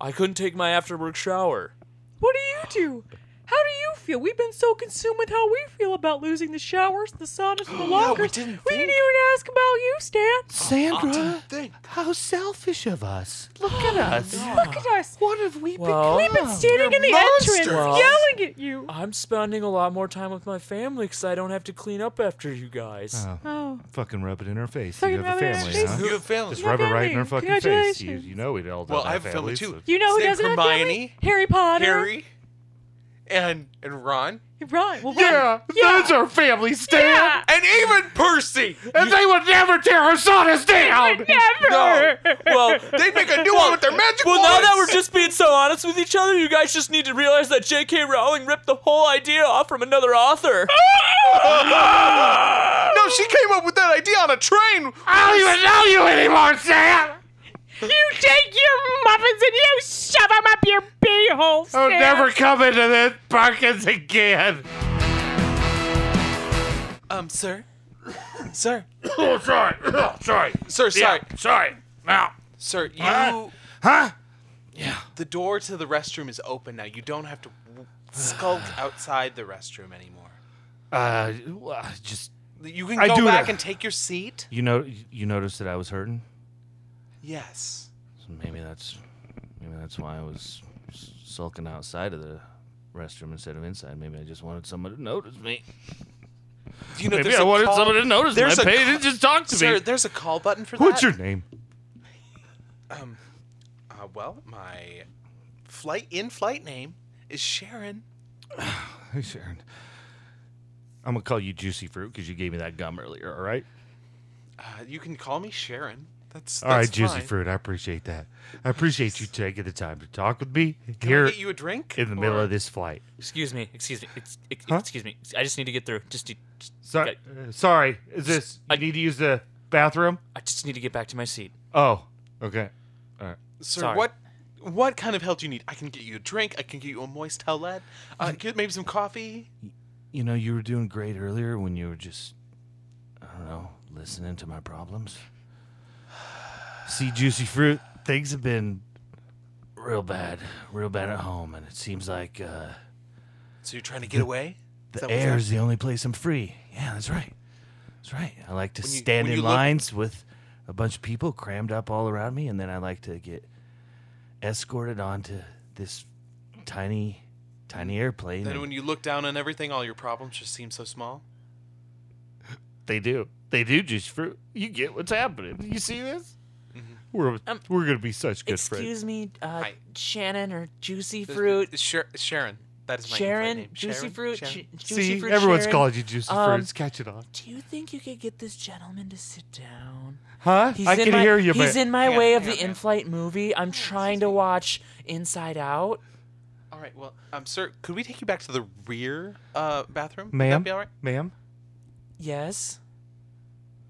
Speaker 11: I couldn't take my after work shower.
Speaker 5: What do you do? How do you feel? We've been so consumed with how we feel about losing the showers, the saunas, and the lockers. we didn't, even ask about you, Stan.
Speaker 1: Sandra, how selfish of us. Look at us.
Speaker 5: Look at us.
Speaker 1: What have we
Speaker 11: Well-
Speaker 1: become?
Speaker 5: We've
Speaker 3: Oh.
Speaker 5: been standing in the entrance
Speaker 11: monsters.
Speaker 5: yelling at you.
Speaker 11: I'm spending a lot more time with my family because I don't have to clean up after you guys.
Speaker 5: Oh,
Speaker 10: Fucking rub it in her face.
Speaker 5: Fucking
Speaker 10: you
Speaker 5: rub
Speaker 10: have a
Speaker 5: it in her
Speaker 10: family,
Speaker 5: face.
Speaker 10: huh?
Speaker 3: You have family.
Speaker 10: Just rub it right in her fucking face. You,
Speaker 5: Congratulations.
Speaker 10: you know we all don't
Speaker 3: Well, I
Speaker 10: have
Speaker 3: have a family
Speaker 10: families,
Speaker 3: too.
Speaker 10: so-
Speaker 5: you know who
Speaker 3: Same
Speaker 5: doesn't have family?
Speaker 3: Hermione,
Speaker 5: Harry Potter.
Speaker 3: Harry, and and Ron,
Speaker 5: Right. Well,
Speaker 10: Yeah,
Speaker 5: Ron-
Speaker 10: that's our family, Stan.
Speaker 5: Yeah.
Speaker 3: and even Percy.
Speaker 10: And they would never tear our saunas down.
Speaker 5: Never.
Speaker 11: Well,
Speaker 3: They make a new one with their magic
Speaker 11: well, now that
Speaker 3: wands.
Speaker 11: we're just being so honest with each other, you guys just need to realize that J.K. Rowling ripped the whole idea off from another author.
Speaker 3: No, she came up with that idea on a train.
Speaker 10: I don't even know you anymore, Stan.
Speaker 5: You take your muffins and you shove them up your bee hole.
Speaker 1: Oh,
Speaker 10: I'll
Speaker 5: Stan.
Speaker 10: never come into this Perkins again.
Speaker 3: Um, sir, sir,
Speaker 10: Oh, sorry. Oh, sorry.
Speaker 3: sir, sorry,
Speaker 10: Sorry. Now.
Speaker 3: sir. You,
Speaker 10: Huh? Huh?
Speaker 3: the door to the restroom is open now. You don't have to w- skulk outside the restroom anymore.
Speaker 12: Uh, well, just
Speaker 3: You can
Speaker 10: I
Speaker 3: go
Speaker 10: do
Speaker 3: back
Speaker 10: that.
Speaker 3: and take your seat.
Speaker 12: you know, you noticed that I was hurting.
Speaker 3: Yes.
Speaker 12: So maybe that's maybe that's why I was sulking outside of the restroom instead of inside. Maybe I just wanted someone to notice me.
Speaker 3: You know,
Speaker 12: Maybe
Speaker 3: there's
Speaker 12: I
Speaker 3: a
Speaker 12: wanted
Speaker 3: call-
Speaker 12: someone to notice
Speaker 3: there's
Speaker 12: my
Speaker 3: a
Speaker 12: pain
Speaker 3: call-
Speaker 12: and just talk to
Speaker 3: Sir,
Speaker 12: me.
Speaker 3: there's a call button for
Speaker 10: What's
Speaker 3: that.
Speaker 10: your name?
Speaker 3: Uh, well, my flight in-flight name is Sharon.
Speaker 10: Hey, Sharon. I'm gonna call you Juicy Fruit because you gave me that gum earlier. All right.
Speaker 3: Uh, you can call me Sharon. That's
Speaker 10: All right,
Speaker 3: that's
Speaker 10: Juicy
Speaker 3: fine.
Speaker 10: Fruit. I appreciate that. I appreciate you taking the time to talk with me
Speaker 3: Can
Speaker 10: here
Speaker 3: I get you a drink?
Speaker 10: in the middle of this flight.
Speaker 11: Excuse me. Excuse me. Ex- ex-
Speaker 10: Huh?
Speaker 11: Excuse me. I just need to get through. Just, need, just-
Speaker 10: Sorry. uh, sorry. Is this? I
Speaker 11: I-
Speaker 10: need to use the bathroom.
Speaker 11: I just need to get back to my seat.
Speaker 10: Oh. Okay.
Speaker 3: Sir,
Speaker 11: Sorry.
Speaker 3: what what kind of help do you need? I can get you a drink. I can get you a moist towelette. Uh, get maybe some coffee.
Speaker 12: You know, you were doing great earlier when you were just I don't know listening to my problems.
Speaker 1: See, Juicy Fruit, things have been real bad, real bad at home, and it seems like uh,
Speaker 3: So you're trying to get away? Is
Speaker 1: the
Speaker 3: that what's
Speaker 1: air is the only place I'm free. Yeah, that's right. That's right. I like to
Speaker 3: When you-
Speaker 1: stand
Speaker 3: when
Speaker 1: in
Speaker 3: you look-
Speaker 1: lines with a bunch of people crammed up all around me, and then I like to get escorted onto this tiny, tiny airplane.
Speaker 3: Then
Speaker 1: and
Speaker 3: when you look down on everything, all your problems just seem so small.
Speaker 1: they do. They do just fruit. You get what's happening. You see this? We're we're gonna be such good friends.
Speaker 4: Um, Excuse me, uh,
Speaker 3: Hi.
Speaker 4: Shannon or Juicy
Speaker 3: This-
Speaker 4: Fruit.
Speaker 3: Sher- Sharon. That is my
Speaker 4: Sharon,
Speaker 3: name.
Speaker 4: Juicy
Speaker 3: Sharon?
Speaker 4: Fruit,
Speaker 3: Sharon?
Speaker 4: Ju- Juicy
Speaker 10: See,
Speaker 4: Fruit
Speaker 10: everyone's
Speaker 4: Sharon.
Speaker 10: calling you Juicy
Speaker 4: Um,
Speaker 10: Fruits. Catch it on.
Speaker 4: Do you think you could get this gentleman to sit down?
Speaker 10: Huh?
Speaker 4: He's
Speaker 10: I
Speaker 4: in
Speaker 10: can
Speaker 4: my-
Speaker 10: hear you,
Speaker 4: He's
Speaker 10: but-
Speaker 4: in my
Speaker 10: Hang on,
Speaker 4: way of
Speaker 3: hang on,
Speaker 4: the
Speaker 3: hang on.
Speaker 4: in-flight movie. I'm trying to watch Inside Out.
Speaker 3: All right. Well, um, sir, could we take you back to the rear uh, bathroom? Would
Speaker 10: Ma'am?
Speaker 3: that be all right?
Speaker 10: Ma'am,
Speaker 4: Yes.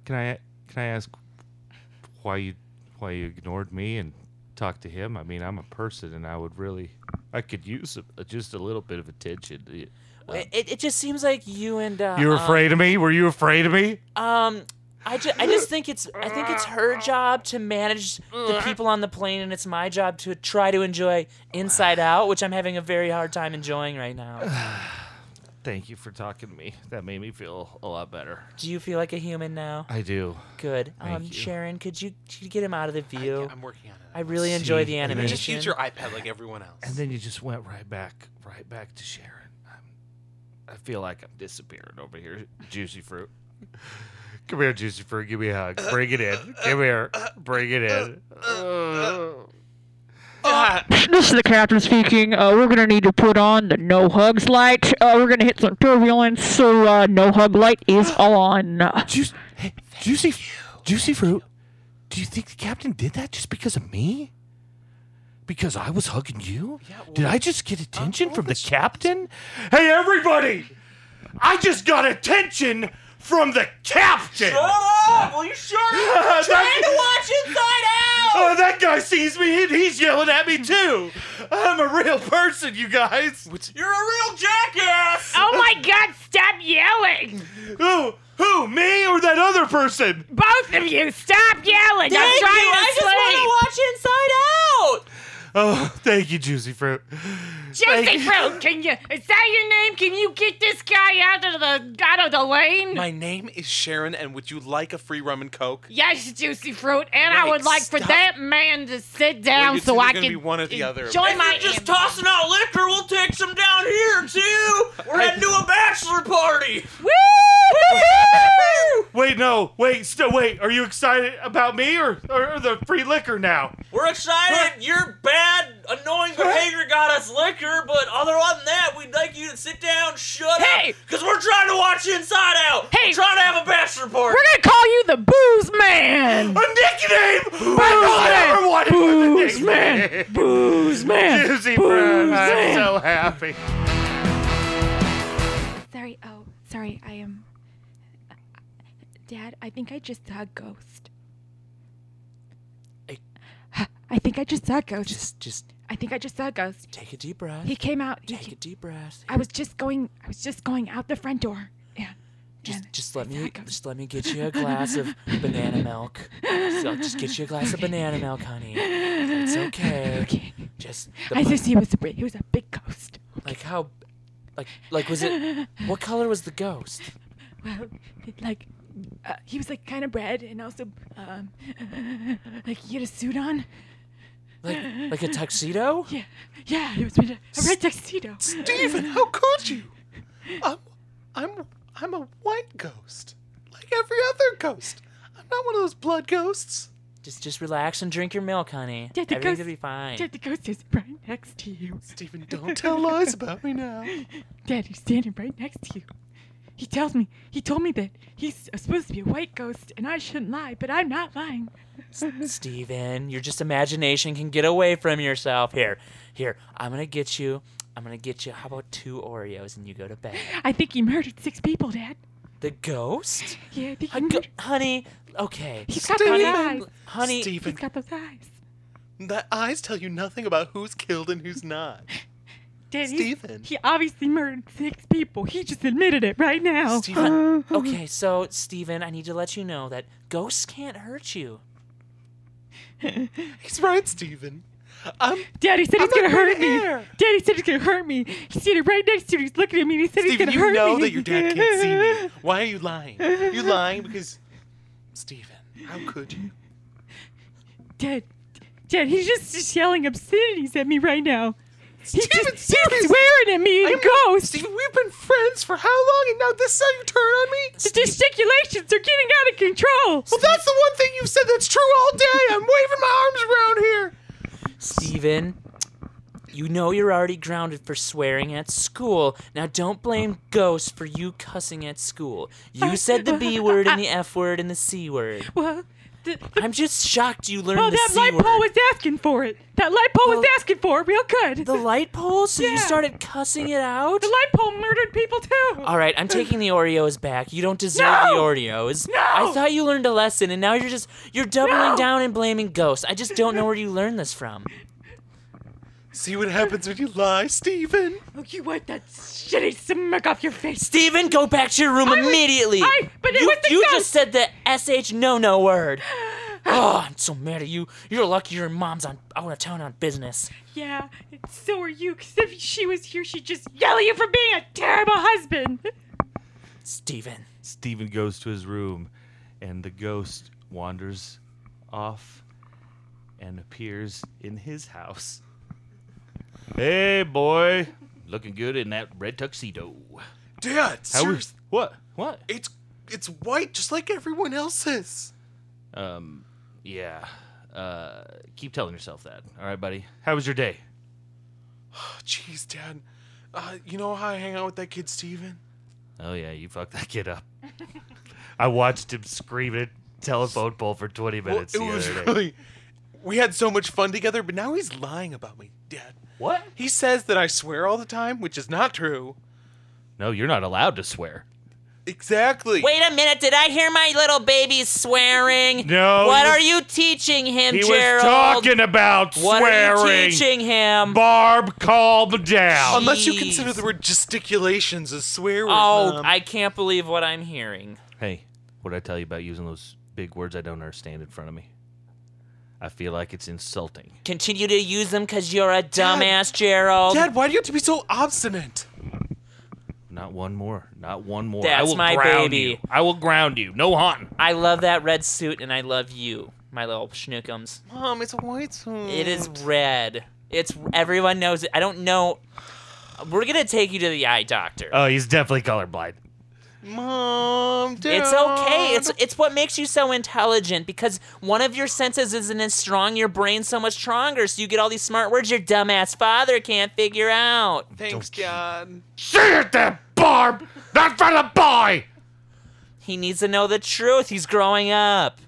Speaker 10: can I can I ask why you why you ignored me and talked to him? I mean, I'm a person, and I would really I could use a, just a little bit of attention.
Speaker 4: It, it, it just seems like you and uh,
Speaker 10: You were
Speaker 4: um,
Speaker 10: afraid of me? Were you afraid of me?
Speaker 4: Um, I just, I just think it's I think it's her job to manage the
Speaker 3: Mm.
Speaker 4: people on the plane, and it's my job to try to enjoy Inside Out, which I'm having a very hard time enjoying right now.
Speaker 1: Thank you for talking to me. That made me feel a lot better.
Speaker 4: Do you feel like a human now?
Speaker 1: I do.
Speaker 4: Good.
Speaker 1: Thank
Speaker 4: um,
Speaker 1: you.
Speaker 4: Sharon, could you, could you get him out of the view? I,
Speaker 3: am working on it.
Speaker 4: really enjoy
Speaker 1: See,
Speaker 4: the
Speaker 1: and
Speaker 4: animation.
Speaker 1: then-
Speaker 3: Just use your iPad like everyone else.
Speaker 1: And then you just went right back, right back to Sharon. I'm, I feel like I'm disappearing over here, Juicy Fruit.
Speaker 10: Come here, Juicy Fruit. Give me a hug. Bring it in. Come here. Bring it in.
Speaker 2: This is the captain speaking. Uh, we're gonna need to put on the no hugs light. Uh, we're gonna hit some turbulence, so uh, no hug light is on.
Speaker 1: Juice, hey, Juicy, Juicy Fruit. Do you think the captain did that just because of me? Because I was hugging you? did I just get attention from the captain?
Speaker 10: Hey, everybody! I just got attention from the captain!
Speaker 4: up! Will you shut
Speaker 10: up? I'm trying to
Speaker 4: watch Inside Out!
Speaker 10: Oh, that guy sees me and he's yelling at me too. I'm a real person, you guys.
Speaker 4: You're a real jackass!
Speaker 13: Oh my god, stop yelling!
Speaker 10: Who? Who? Me or that other person?
Speaker 13: Both of you, stop yelling!
Speaker 4: Thank you!
Speaker 13: I'm trying to
Speaker 4: I
Speaker 13: sleep!
Speaker 4: just want to watch Inside Out!
Speaker 10: Oh, thank you, Juicy Fruit.
Speaker 13: Juicy Fruit, can you? Is that your name? Can you get this guy out of the out of the lane?
Speaker 3: My name is Sharon, and would you like a free rum and coke?
Speaker 13: yes, Juicy Fruit, and I
Speaker 3: Right,
Speaker 13: would like for
Speaker 3: stop.
Speaker 13: that man to sit down
Speaker 3: Well, it's
Speaker 13: so
Speaker 3: either
Speaker 13: I
Speaker 3: gonna
Speaker 13: can
Speaker 3: be one or the other.
Speaker 13: enjoy my.
Speaker 4: Just tossing out liquor, we'll take some down here too! We're heading to a bachelor party! Woo!
Speaker 10: Wait, no, wait, still wait. Are you excited about me or, or the free liquor now?
Speaker 4: We're excited. Your bad, annoying behavior got us liquor, but other than that, we'd like you to sit down, shut
Speaker 2: Hey!
Speaker 4: up, because we're trying to watch Inside Out.
Speaker 2: Hey!
Speaker 4: we're trying to have a bachelor party.
Speaker 2: We're gonna call you the Booze Man.
Speaker 10: A
Speaker 4: Oh
Speaker 10: nickname?
Speaker 2: man!
Speaker 10: I don't ever wanted
Speaker 2: Booze Man. Booze Man.
Speaker 10: Juicy
Speaker 2: Booze
Speaker 10: Fruit, I'm
Speaker 2: Man.
Speaker 10: so happy.
Speaker 5: Sorry. Oh, sorry. I am. Dad, I think I just saw a ghost.
Speaker 4: I-
Speaker 5: I think I just saw a ghost.
Speaker 4: Just, just
Speaker 5: I think I just saw a ghost.
Speaker 4: take a deep breath.
Speaker 5: He came out. He
Speaker 4: Take a
Speaker 5: ca-
Speaker 4: deep breath.
Speaker 5: I was just going. I was just going out the front door. And
Speaker 4: Just,
Speaker 5: and
Speaker 4: just let
Speaker 5: I
Speaker 4: me,
Speaker 5: saw a ghost.
Speaker 4: just let me get you a glass of banana milk. So I'll just get you a glass of banana milk, honey. It's okay.
Speaker 5: Okay.
Speaker 4: Just, the
Speaker 5: I
Speaker 4: bu-
Speaker 5: just. He was a. big- He was a big ghost.
Speaker 4: like how, like, like was it? What color was the ghost?
Speaker 5: Well, like, uh, he was like kind of red and also, um, like he had a suit on.
Speaker 4: Like, like a tuxedo?
Speaker 5: Yeah, yeah, it was red- a red tuxedo.
Speaker 8: Steven, how could you? I'm, I'm, I'm a white ghost, like every other ghost. I'm not one of those blood ghosts.
Speaker 4: Just, just relax and drink your milk, honey.
Speaker 5: Yeah, the
Speaker 4: Everything's
Speaker 5: ghost.
Speaker 4: gonna be fine.
Speaker 5: Dad, the ghost is right next to you.
Speaker 8: Steven, don't tell lies about me now.
Speaker 5: Dad, he's standing right next to you. He tells me. He told me that he's supposed to be a white ghost, and I shouldn't lie, but I'm not lying.
Speaker 4: Steven, your just imagination can get away from yourself. Here, here, I'm gonna get you. I'm gonna get you. How about two Oreos and you go to bed?
Speaker 5: I think he murdered six people, Dad.
Speaker 4: The ghost?
Speaker 5: Yeah, I think he
Speaker 4: I go-
Speaker 5: murdered.
Speaker 4: honey, okay.
Speaker 5: He's got those eyes.
Speaker 4: honey, honey,
Speaker 5: He's
Speaker 8: Steven,
Speaker 5: got those eyes.
Speaker 8: the eyes tell you nothing about who's killed and who's not.
Speaker 5: Dad, he's-
Speaker 8: Steven.
Speaker 5: He obviously murdered six people. He just admitted it right now. Uh-huh.
Speaker 4: Steven. Okay, so Steven, I need to let you know that ghosts can't hurt you.
Speaker 8: He's right, Steven. I'm
Speaker 5: Daddy said he's
Speaker 8: I'm
Speaker 5: gonna
Speaker 8: not
Speaker 5: hurt
Speaker 8: gonna
Speaker 5: me.
Speaker 8: air.
Speaker 5: Daddy said he's gonna hurt me. He's standing right next to me. He's looking at me. And he said he's
Speaker 8: Steven,
Speaker 5: gonna
Speaker 8: you
Speaker 5: hurt
Speaker 8: know
Speaker 5: me.
Speaker 8: that your dad can't see me. Why are you lying? You're lying because Steven, how could you?
Speaker 5: Dad, Dad, he's just, just yelling obscenities at me right now.
Speaker 2: He just, he's swearing at me in ghost.
Speaker 5: Steve, we've been friends for how long, and now this time you turn on me?
Speaker 2: The gesticulations are getting out of control.
Speaker 5: Well, that's the one thing you've said that's true all day. I'm waving my arms around here.
Speaker 4: Steven, you know you're already grounded for swearing at school. Now don't blame ghosts for you cussing at school. You said the B word and the F word and the C word.
Speaker 2: Well,
Speaker 4: I'm just shocked you learned
Speaker 2: well,
Speaker 4: the
Speaker 2: that
Speaker 4: C
Speaker 2: light
Speaker 4: word.
Speaker 2: pole was asking for it. That light pole was
Speaker 4: The-
Speaker 2: asking for it real good.
Speaker 4: The light pole? So you started cussing it out?
Speaker 2: The light pole murdered people too.
Speaker 4: All right, I'm taking the Oreos back. You don't deserve the Oreos.
Speaker 2: No!
Speaker 4: I thought you learned a lesson, and now you're just you're doubling
Speaker 2: No!
Speaker 4: down and blaming ghosts. I just don't know where you learned this from.
Speaker 8: See what happens when you lie, Steven.
Speaker 2: Oh, you wipe that shitty smirk off your face.
Speaker 4: Steven, go back to your room
Speaker 2: I was-
Speaker 4: immediately.
Speaker 2: I- but it
Speaker 4: you,
Speaker 2: was the
Speaker 4: you
Speaker 2: ghost.
Speaker 4: just said the sh no no word. Oh, I'm so mad at you. You're lucky your mom's on out of town on business.
Speaker 2: Yeah, and so are you. Because if she was here, she'd just yell at you for being a terrible husband.
Speaker 4: Steven.
Speaker 10: Steven goes to his room, and the ghost wanders off and appears in his house.
Speaker 1: Hey, boy. Looking good in that red tuxedo.
Speaker 8: Dad,
Speaker 1: How we-
Speaker 8: serious-
Speaker 10: What? What?
Speaker 8: It's it's white, just like everyone else's.
Speaker 1: Um, yeah. Uh, keep telling yourself that. All right, buddy.
Speaker 10: How was your day?
Speaker 8: Oh, Jeez, Dad. Uh, you know how I hang out with that kid, Steven?
Speaker 10: Oh yeah, you fucked that kid up. I watched him scream at a telephone pole for 20
Speaker 8: Well,
Speaker 10: minutes.
Speaker 8: it
Speaker 10: the
Speaker 8: was
Speaker 10: other day.
Speaker 8: really. We had so much fun together, but now he's lying about me, Dad.
Speaker 1: What?
Speaker 8: He says that I swear all the time, which is not true.
Speaker 1: No, you're not allowed to swear.
Speaker 8: Exactly.
Speaker 4: Wait a minute, did I hear my little baby swearing?
Speaker 10: No,
Speaker 4: What
Speaker 10: he
Speaker 4: are
Speaker 10: was-
Speaker 4: you teaching him,
Speaker 10: He
Speaker 4: Gerald?
Speaker 10: was talking about
Speaker 4: What
Speaker 10: swearing.
Speaker 4: are you teaching him?
Speaker 10: Barb, calm down.
Speaker 8: Unless you consider the word gesticulations as swear words.
Speaker 4: Oh,
Speaker 8: Mom.
Speaker 4: I can't believe what I'm hearing.
Speaker 1: Hey, what'd I tell you about using those big words I don't understand in front of me? I feel like it's insulting.
Speaker 4: Continue to use them because you're a dumbass, Gerald.
Speaker 8: Dad, why do you have to be so obstinate?
Speaker 1: Not one more. Not one more. I
Speaker 4: That's
Speaker 1: will
Speaker 4: my
Speaker 1: ground
Speaker 4: baby.
Speaker 1: You. I will ground you. No haunting.
Speaker 4: I love that red suit and I love you, my little schnookums.
Speaker 8: Mom, it's a white suit.
Speaker 4: It is
Speaker 8: Mm.
Speaker 4: red. It's everyone knows it. I don't know. We're gonna take you to the eye doctor.
Speaker 10: Oh, he's definitely colorblind.
Speaker 8: Mom, Dad.
Speaker 4: It's okay. It's it's what makes you so intelligent because one of your senses isn't as strong. Your brain's so much stronger, so you get all these smart words your dumbass father can't figure out.
Speaker 5: Thanks, God.
Speaker 10: Shoot that Barb! Not for the boy!
Speaker 4: He needs to know the truth. He's growing up.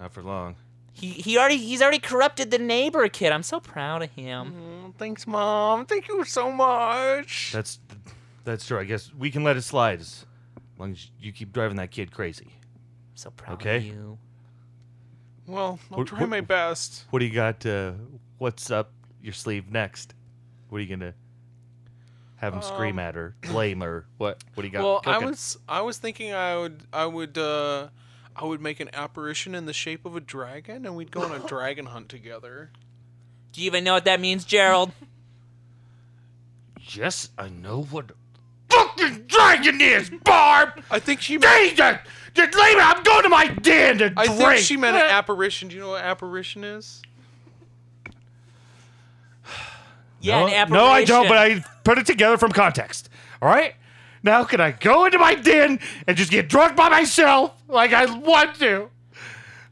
Speaker 10: Not for long.
Speaker 4: He he already he's already corrupted the neighbor kid. I'm so proud of him.
Speaker 8: Mm, Thanks, Mom. Thank you so much.
Speaker 10: That's that's true. I guess we can let it slide as long as you keep driving that kid crazy.
Speaker 4: So proud
Speaker 10: Okay.
Speaker 4: of you.
Speaker 8: Well, I'll
Speaker 10: What-
Speaker 8: try
Speaker 10: what-
Speaker 8: my best.
Speaker 10: What do you got? Uh, what's up your sleeve next? What are you gonna have him scream
Speaker 8: Um,
Speaker 10: at her, blame her? What? What do you got?
Speaker 8: Well, I
Speaker 10: cooking?
Speaker 8: was I was thinking I would I would uh I would make an apparition in the shape of a dragon and we'd go on a dragon hunt together.
Speaker 4: Do you even know what that means, Gerald?
Speaker 1: Yes, I know what.
Speaker 8: Mm-hmm.
Speaker 10: fucking dragon is, Barb.
Speaker 8: I think she meant,
Speaker 10: Jesus! Just leave it. I'm going to my den to
Speaker 8: I
Speaker 10: drink.
Speaker 8: think she meant an apparition. Do you know what apparition is?
Speaker 4: Yeah,
Speaker 10: no,
Speaker 4: an
Speaker 10: no, I don't. But
Speaker 4: apparition.
Speaker 10: I put it together from context. All right. Now can I go into my den and just get drunk by myself like I want to?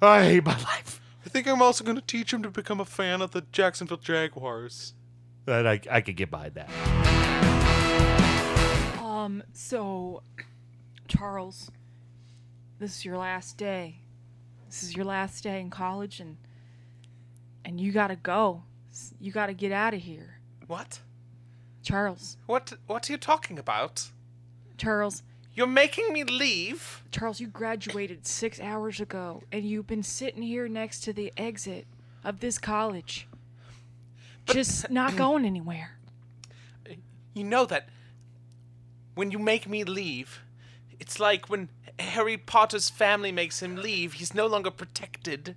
Speaker 10: I hate my life.
Speaker 8: I think I'm also going to teach him to become a fan of the Jacksonville Jaguars.
Speaker 10: But I, I could get behind that.
Speaker 2: Um, so, Charles, this is your last day. This is your last day in college, and and you gotta go. S- You gotta get out of here,
Speaker 8: What?
Speaker 2: Charles.
Speaker 8: What what are you talking about?
Speaker 2: Charles,
Speaker 8: You're making me leave?
Speaker 2: Charles, you graduated six hours ago, and you've been sitting here next to the exit of this college, just not going anywhere.
Speaker 8: You know that when you make me leave, it's like when Harry Potter's family makes him leave, he's no longer protected.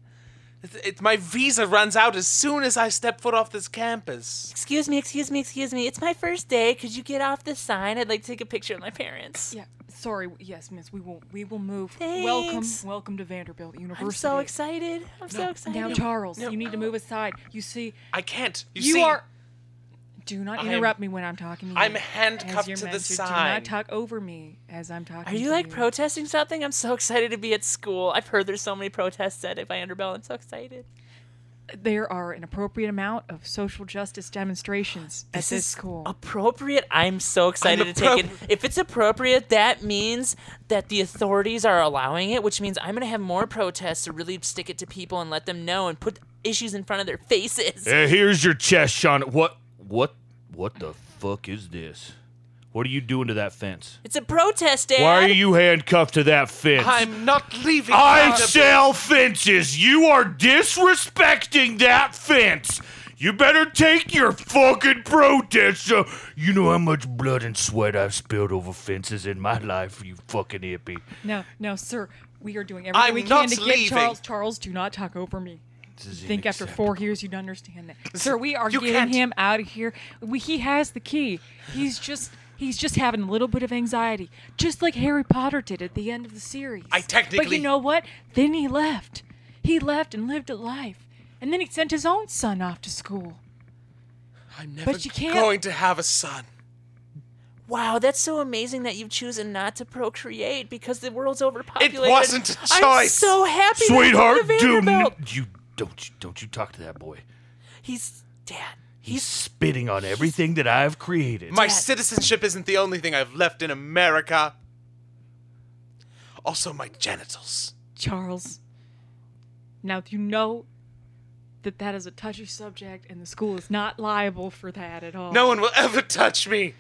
Speaker 3: It's- it's- my visa runs out as soon as I step foot off this campus.
Speaker 4: Excuse me, excuse me, excuse me. It's my first day. Could you get off the sign? I'd like to take a picture of my parents.
Speaker 2: Yeah. Sorry. Yes, miss. We will. We will move.
Speaker 4: Thanks.
Speaker 2: Welcome. Welcome to Vanderbilt University.
Speaker 4: I'm so excited. I'm so
Speaker 2: No,
Speaker 4: excited.
Speaker 2: Now, Charles, you need to move aside. You see,
Speaker 3: I can't. You,
Speaker 2: you
Speaker 3: see,
Speaker 2: are. Do not
Speaker 3: I am-
Speaker 2: interrupt me when I'm talking to you.
Speaker 3: I'm
Speaker 2: as
Speaker 3: handcuffed
Speaker 2: your
Speaker 3: to the
Speaker 2: master. Do
Speaker 3: sign.
Speaker 2: not talk over me as I'm talking.
Speaker 4: Are you
Speaker 2: to
Speaker 4: like protesting something? I'm so excited to be at school. I've heard there's so many protests at it by Vanderbilt. I'm so excited.
Speaker 2: There are an appropriate amount of social justice demonstrations at
Speaker 4: This
Speaker 2: this,
Speaker 4: is
Speaker 2: school.
Speaker 4: Appropriate. I'm so excited to take it. If it's appropriate, that means that the authorities are allowing it, which means I'm gonna have more protests to really stick it to people and let them know and put issues in front of their faces.
Speaker 10: Hey, here's your chest, Sean. What? What? What the fuck is this? What are you doing to that fence?
Speaker 4: It's a protest, Dad.
Speaker 10: Why are you handcuffed to that fence?
Speaker 3: I'm not leaving.
Speaker 10: I
Speaker 3: Vanderbilt.
Speaker 10: sell fences. You are disrespecting that fence. You better take your fucking protest. So you know how much blood and sweat I've spilled over fences in my life, you fucking hippie.
Speaker 2: No, no, sir. We are doing everything
Speaker 3: I'm
Speaker 2: we
Speaker 3: not
Speaker 2: can to get
Speaker 3: leaving.
Speaker 2: Charles. Charles, do not talk over me.
Speaker 10: is
Speaker 2: You think after four years you'd understand that, sir? We are
Speaker 3: you
Speaker 2: getting
Speaker 3: can't-
Speaker 2: him out of here. We, he has the key. He's just he's just having a little bit of anxiety, just like Harry Potter did at the end of the series.
Speaker 3: I
Speaker 2: but
Speaker 3: technically-
Speaker 2: you know what? Then he left. He left and lived a life, and then he sent his own son off to school.
Speaker 3: I'm never
Speaker 2: But you can't.
Speaker 3: going to have a son.
Speaker 4: Wow, that's so amazing that you've chosen not to procreate because the world's overpopulated.
Speaker 3: wasn't a
Speaker 4: I'm
Speaker 3: choice.
Speaker 8: Oh,
Speaker 4: so happy. that I'm
Speaker 10: Sweetheart,
Speaker 4: going to
Speaker 10: do
Speaker 4: Vanderbilt.
Speaker 10: n- you don't you don't you talk to that boy.
Speaker 4: He's dad.
Speaker 10: He's spitting on everything that I've created.
Speaker 3: My citizenship isn't the only thing I've left in America. Also, my genitals.
Speaker 2: Charles. Now you know that that is a touchy subject, and the school is not liable for that at all.
Speaker 3: No one will ever touch me.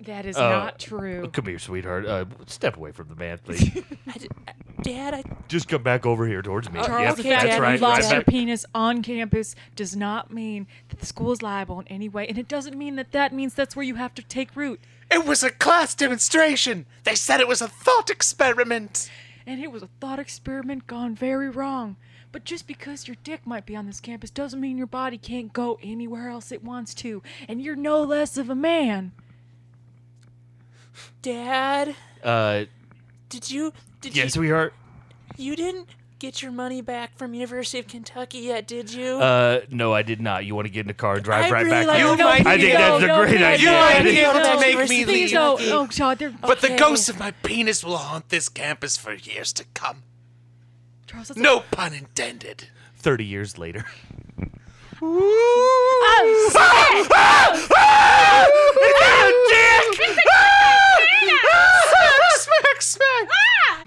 Speaker 2: that is
Speaker 1: Oh.
Speaker 10: Uh,
Speaker 2: not true.
Speaker 10: Come here, sweetheart. Uh, step away from the man, please.
Speaker 4: I d- I- dad, I Uh,
Speaker 10: Just come back over here towards me.
Speaker 2: Charles,
Speaker 10: Yep,
Speaker 2: the fact
Speaker 10: Uh, that's
Speaker 2: that
Speaker 10: right.
Speaker 2: you lost
Speaker 10: right
Speaker 2: your
Speaker 10: back.
Speaker 2: penis on campus does not mean that the school is liable in any way, and it doesn't mean that that means that's where you have to take root.
Speaker 3: It was a class demonstration. They said it was a thought experiment.
Speaker 2: And it was a thought experiment gone very wrong. But just because your dick might be on this campus doesn't mean your body can't go anywhere else it wants to, and you're no less of a man.
Speaker 4: dad,
Speaker 1: Uh,
Speaker 4: did you did
Speaker 1: yeah,
Speaker 4: you
Speaker 1: sweetheart.
Speaker 4: you didn't get your money back from University of Kentucky yet, did you?
Speaker 1: Uh, no, I did not. You want to get in the car and drive
Speaker 4: Oh. I
Speaker 1: right
Speaker 4: really
Speaker 1: back?
Speaker 4: like
Speaker 1: here?
Speaker 4: to know
Speaker 1: I think
Speaker 4: people.
Speaker 1: that's a
Speaker 2: No,
Speaker 1: great
Speaker 2: no,
Speaker 1: idea.
Speaker 3: You
Speaker 2: no,
Speaker 3: might
Speaker 1: I
Speaker 3: be
Speaker 1: think-
Speaker 3: able to
Speaker 4: no,
Speaker 3: make me
Speaker 4: University of
Speaker 2: Please
Speaker 3: leave.
Speaker 2: no.
Speaker 4: Kentucky.
Speaker 2: Oh God, they're,
Speaker 3: But the
Speaker 4: Okay.
Speaker 3: ghosts of my penis will haunt this campus for years to come.
Speaker 2: Charles, that's
Speaker 3: No pun intended.
Speaker 1: Thirty years later.
Speaker 3: Smack, smack.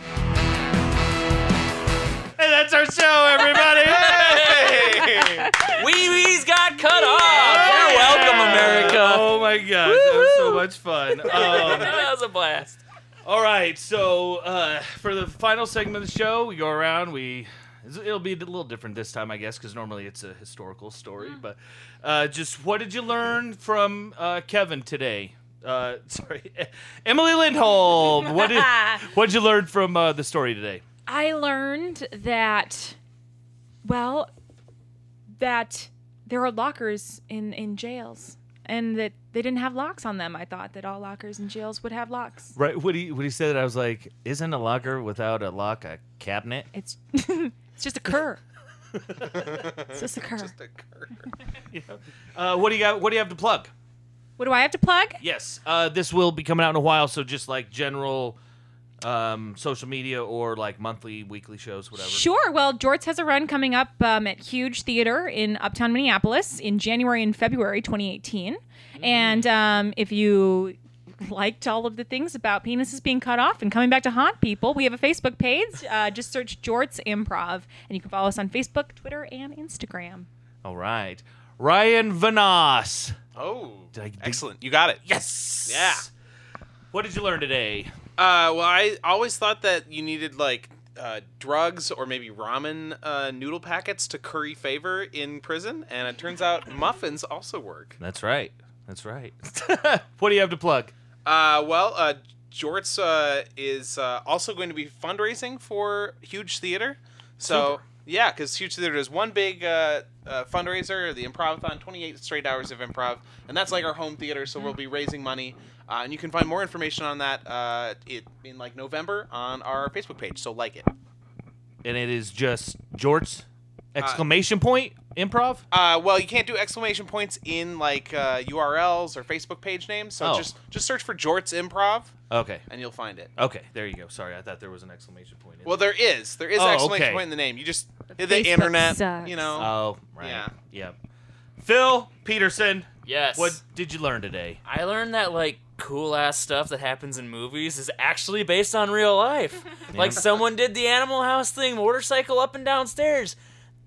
Speaker 1: And that's our show, everybody.
Speaker 4: Wee wee's got cut off. You're welcome, America.
Speaker 1: Oh my god, that was so much fun. Um,
Speaker 4: that was a blast.
Speaker 1: all right, so uh, for the final segment of the show, we go around. We it'll be a little different this time, I guess, because normally it's a historical story. But uh, just what did you learn from uh, Kevin today? Uh, sorry, Emily Lindholm. What did what did you learn from uh, the story today?
Speaker 14: I learned that, well,
Speaker 2: that there are lockers in in jails and that they didn't have locks on them. I thought that all lockers in jails would have locks.
Speaker 1: Right, what he what he said, I was like, isn't a locker without a lock a cabinet?
Speaker 2: It's it's just a cur. it's just a cur.
Speaker 1: Uh, what do you got? What do you have to plug?
Speaker 2: What do I have to plug?
Speaker 1: Yes, uh, this will be coming out in a while, so just like general um, social media or like monthly, weekly shows, whatever.
Speaker 2: Sure. Well, Jorts has a run coming up um, at Huge Theater in Uptown Minneapolis in January and February 2018.
Speaker 4: Mm-hmm.
Speaker 2: And um, if you liked all of the things about penises being cut off and coming back to haunt people, we have a Facebook page. Uh, just search Jorts Improv, and you can follow us on Facebook, Twitter, and Instagram.
Speaker 1: All right, Ryan Vanas.
Speaker 3: Oh,
Speaker 1: Did I- did-
Speaker 3: excellent. You got it.
Speaker 1: Yes.
Speaker 3: Yeah.
Speaker 1: What did you learn today?
Speaker 3: Uh, well, I always thought that you needed like uh, drugs or maybe ramen uh, noodle packets to curry favor in prison, and it turns out muffins also work.
Speaker 1: That's right. That's right. what do you have to plug?
Speaker 3: Uh, well, uh, Jorts uh, is uh, also going to be fundraising for Huge Theater, so Yeah, because Huge Theater does one big uh, uh, fundraiser, the Improvathon, 28 straight hours of improv, and that's like our home theater, so we'll
Speaker 1: Mm.
Speaker 3: be raising money. Uh, and you can find more information on that uh, it, in like November on our Facebook page, so like it.
Speaker 1: and it is just jorts exclamation point improv.
Speaker 3: Uh, well, you can't do exclamation points in like uh, URLs or Facebook page names, so
Speaker 1: Oh.
Speaker 3: just just search for Jorts Improv,
Speaker 1: Okay.
Speaker 3: and you'll find it.
Speaker 1: Okay, there you go. Sorry, I thought there was an exclamation point. In
Speaker 3: Well, there is there is
Speaker 1: Oh,
Speaker 3: an exclamation
Speaker 1: okay.
Speaker 3: point in the name. You just the,
Speaker 1: Facebook
Speaker 3: internet,
Speaker 1: sucks.
Speaker 3: you know.
Speaker 1: Oh, right.
Speaker 3: Yeah.
Speaker 1: Yep. Phil Peterson.
Speaker 4: Yes.
Speaker 1: What did you learn today?
Speaker 4: I learned that like cool ass stuff that happens in movies is actually based on real life. Like
Speaker 1: Yeah.
Speaker 4: someone did the Animal House thing, motorcycle up and downstairs.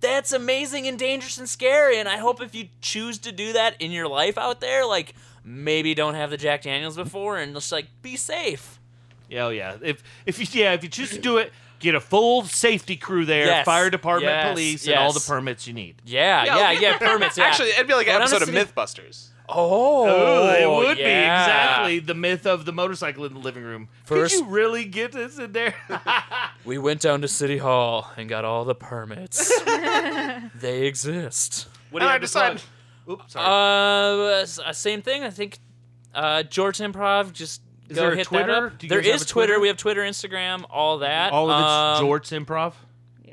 Speaker 4: That's amazing and dangerous and scary. And I hope if you choose to do that in your life out there, like maybe don't have the Jack Daniels before and just like be safe.
Speaker 1: Yeah, Oh yeah. If if you yeah if you choose to do it, get a full safety crew there,
Speaker 4: Yes.
Speaker 1: fire department,
Speaker 4: Yes.
Speaker 1: police, and all the
Speaker 4: Yes.
Speaker 1: permits you need.
Speaker 4: Yeah, yeah, yeah. permits. Yeah.
Speaker 3: Actually, it'd be like an
Speaker 4: Going on a
Speaker 3: episode of
Speaker 4: city-
Speaker 3: MythBusters.
Speaker 4: Oh,
Speaker 1: it would be
Speaker 4: yeah.
Speaker 1: exactly the myth of the motorcycle in the living room.
Speaker 4: First-
Speaker 1: Could you really get this in there?
Speaker 4: We went down to City Hall and got all the permits. they exist.
Speaker 1: What do you have to plug? Oops, sorry.
Speaker 4: Uh, s- uh, same thing. I think uh, George Improv just
Speaker 1: Is
Speaker 4: go
Speaker 1: there a
Speaker 4: hit
Speaker 1: Twitter?
Speaker 4: that up.
Speaker 1: Do you
Speaker 4: There
Speaker 1: guys have
Speaker 4: is
Speaker 1: a Twitter?
Speaker 4: Twitter. We have Twitter, Instagram, all that.
Speaker 1: all of it's
Speaker 4: Um,
Speaker 1: jorts improv.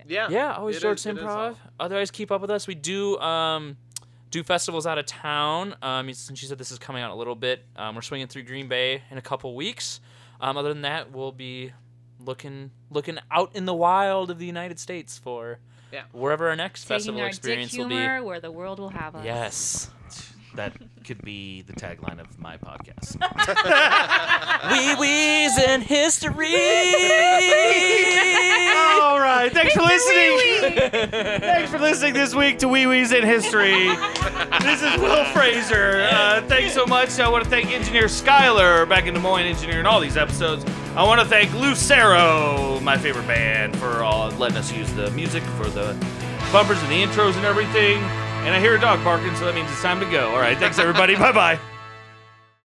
Speaker 3: Yeah.
Speaker 4: Yeah, always
Speaker 3: it
Speaker 4: George
Speaker 3: is- it is
Speaker 4: Improv.
Speaker 3: all-
Speaker 4: Otherwise, keep up with us. We do um, do festivals out of town. Um, since you said this is coming out a little bit, um, we're swinging through Green Bay in a couple weeks. Um, other than that, we'll be looking looking out in the wild of the United States for
Speaker 3: Yeah.
Speaker 4: wherever our next
Speaker 5: Taking
Speaker 4: festival
Speaker 5: our dick
Speaker 4: experience
Speaker 5: humor where the world will have
Speaker 4: will
Speaker 5: us.
Speaker 4: be. Yes.
Speaker 1: That could be the tagline of my podcast.
Speaker 4: Wee wee's in history.
Speaker 1: All right. Thanks for listening. thanks for listening this week to Wee Wee's in History. this is Will Fraser. Uh, thanks so much. I want to thank engineer Skyler back in Des Moines, engineering all these episodes. I want to thank Lucero, my favorite band, for all, letting us use the music for the bumpers and the intros and everything. And I hear a dog barking, so that means it's time to go. All right. Thanks, everybody. bye bye.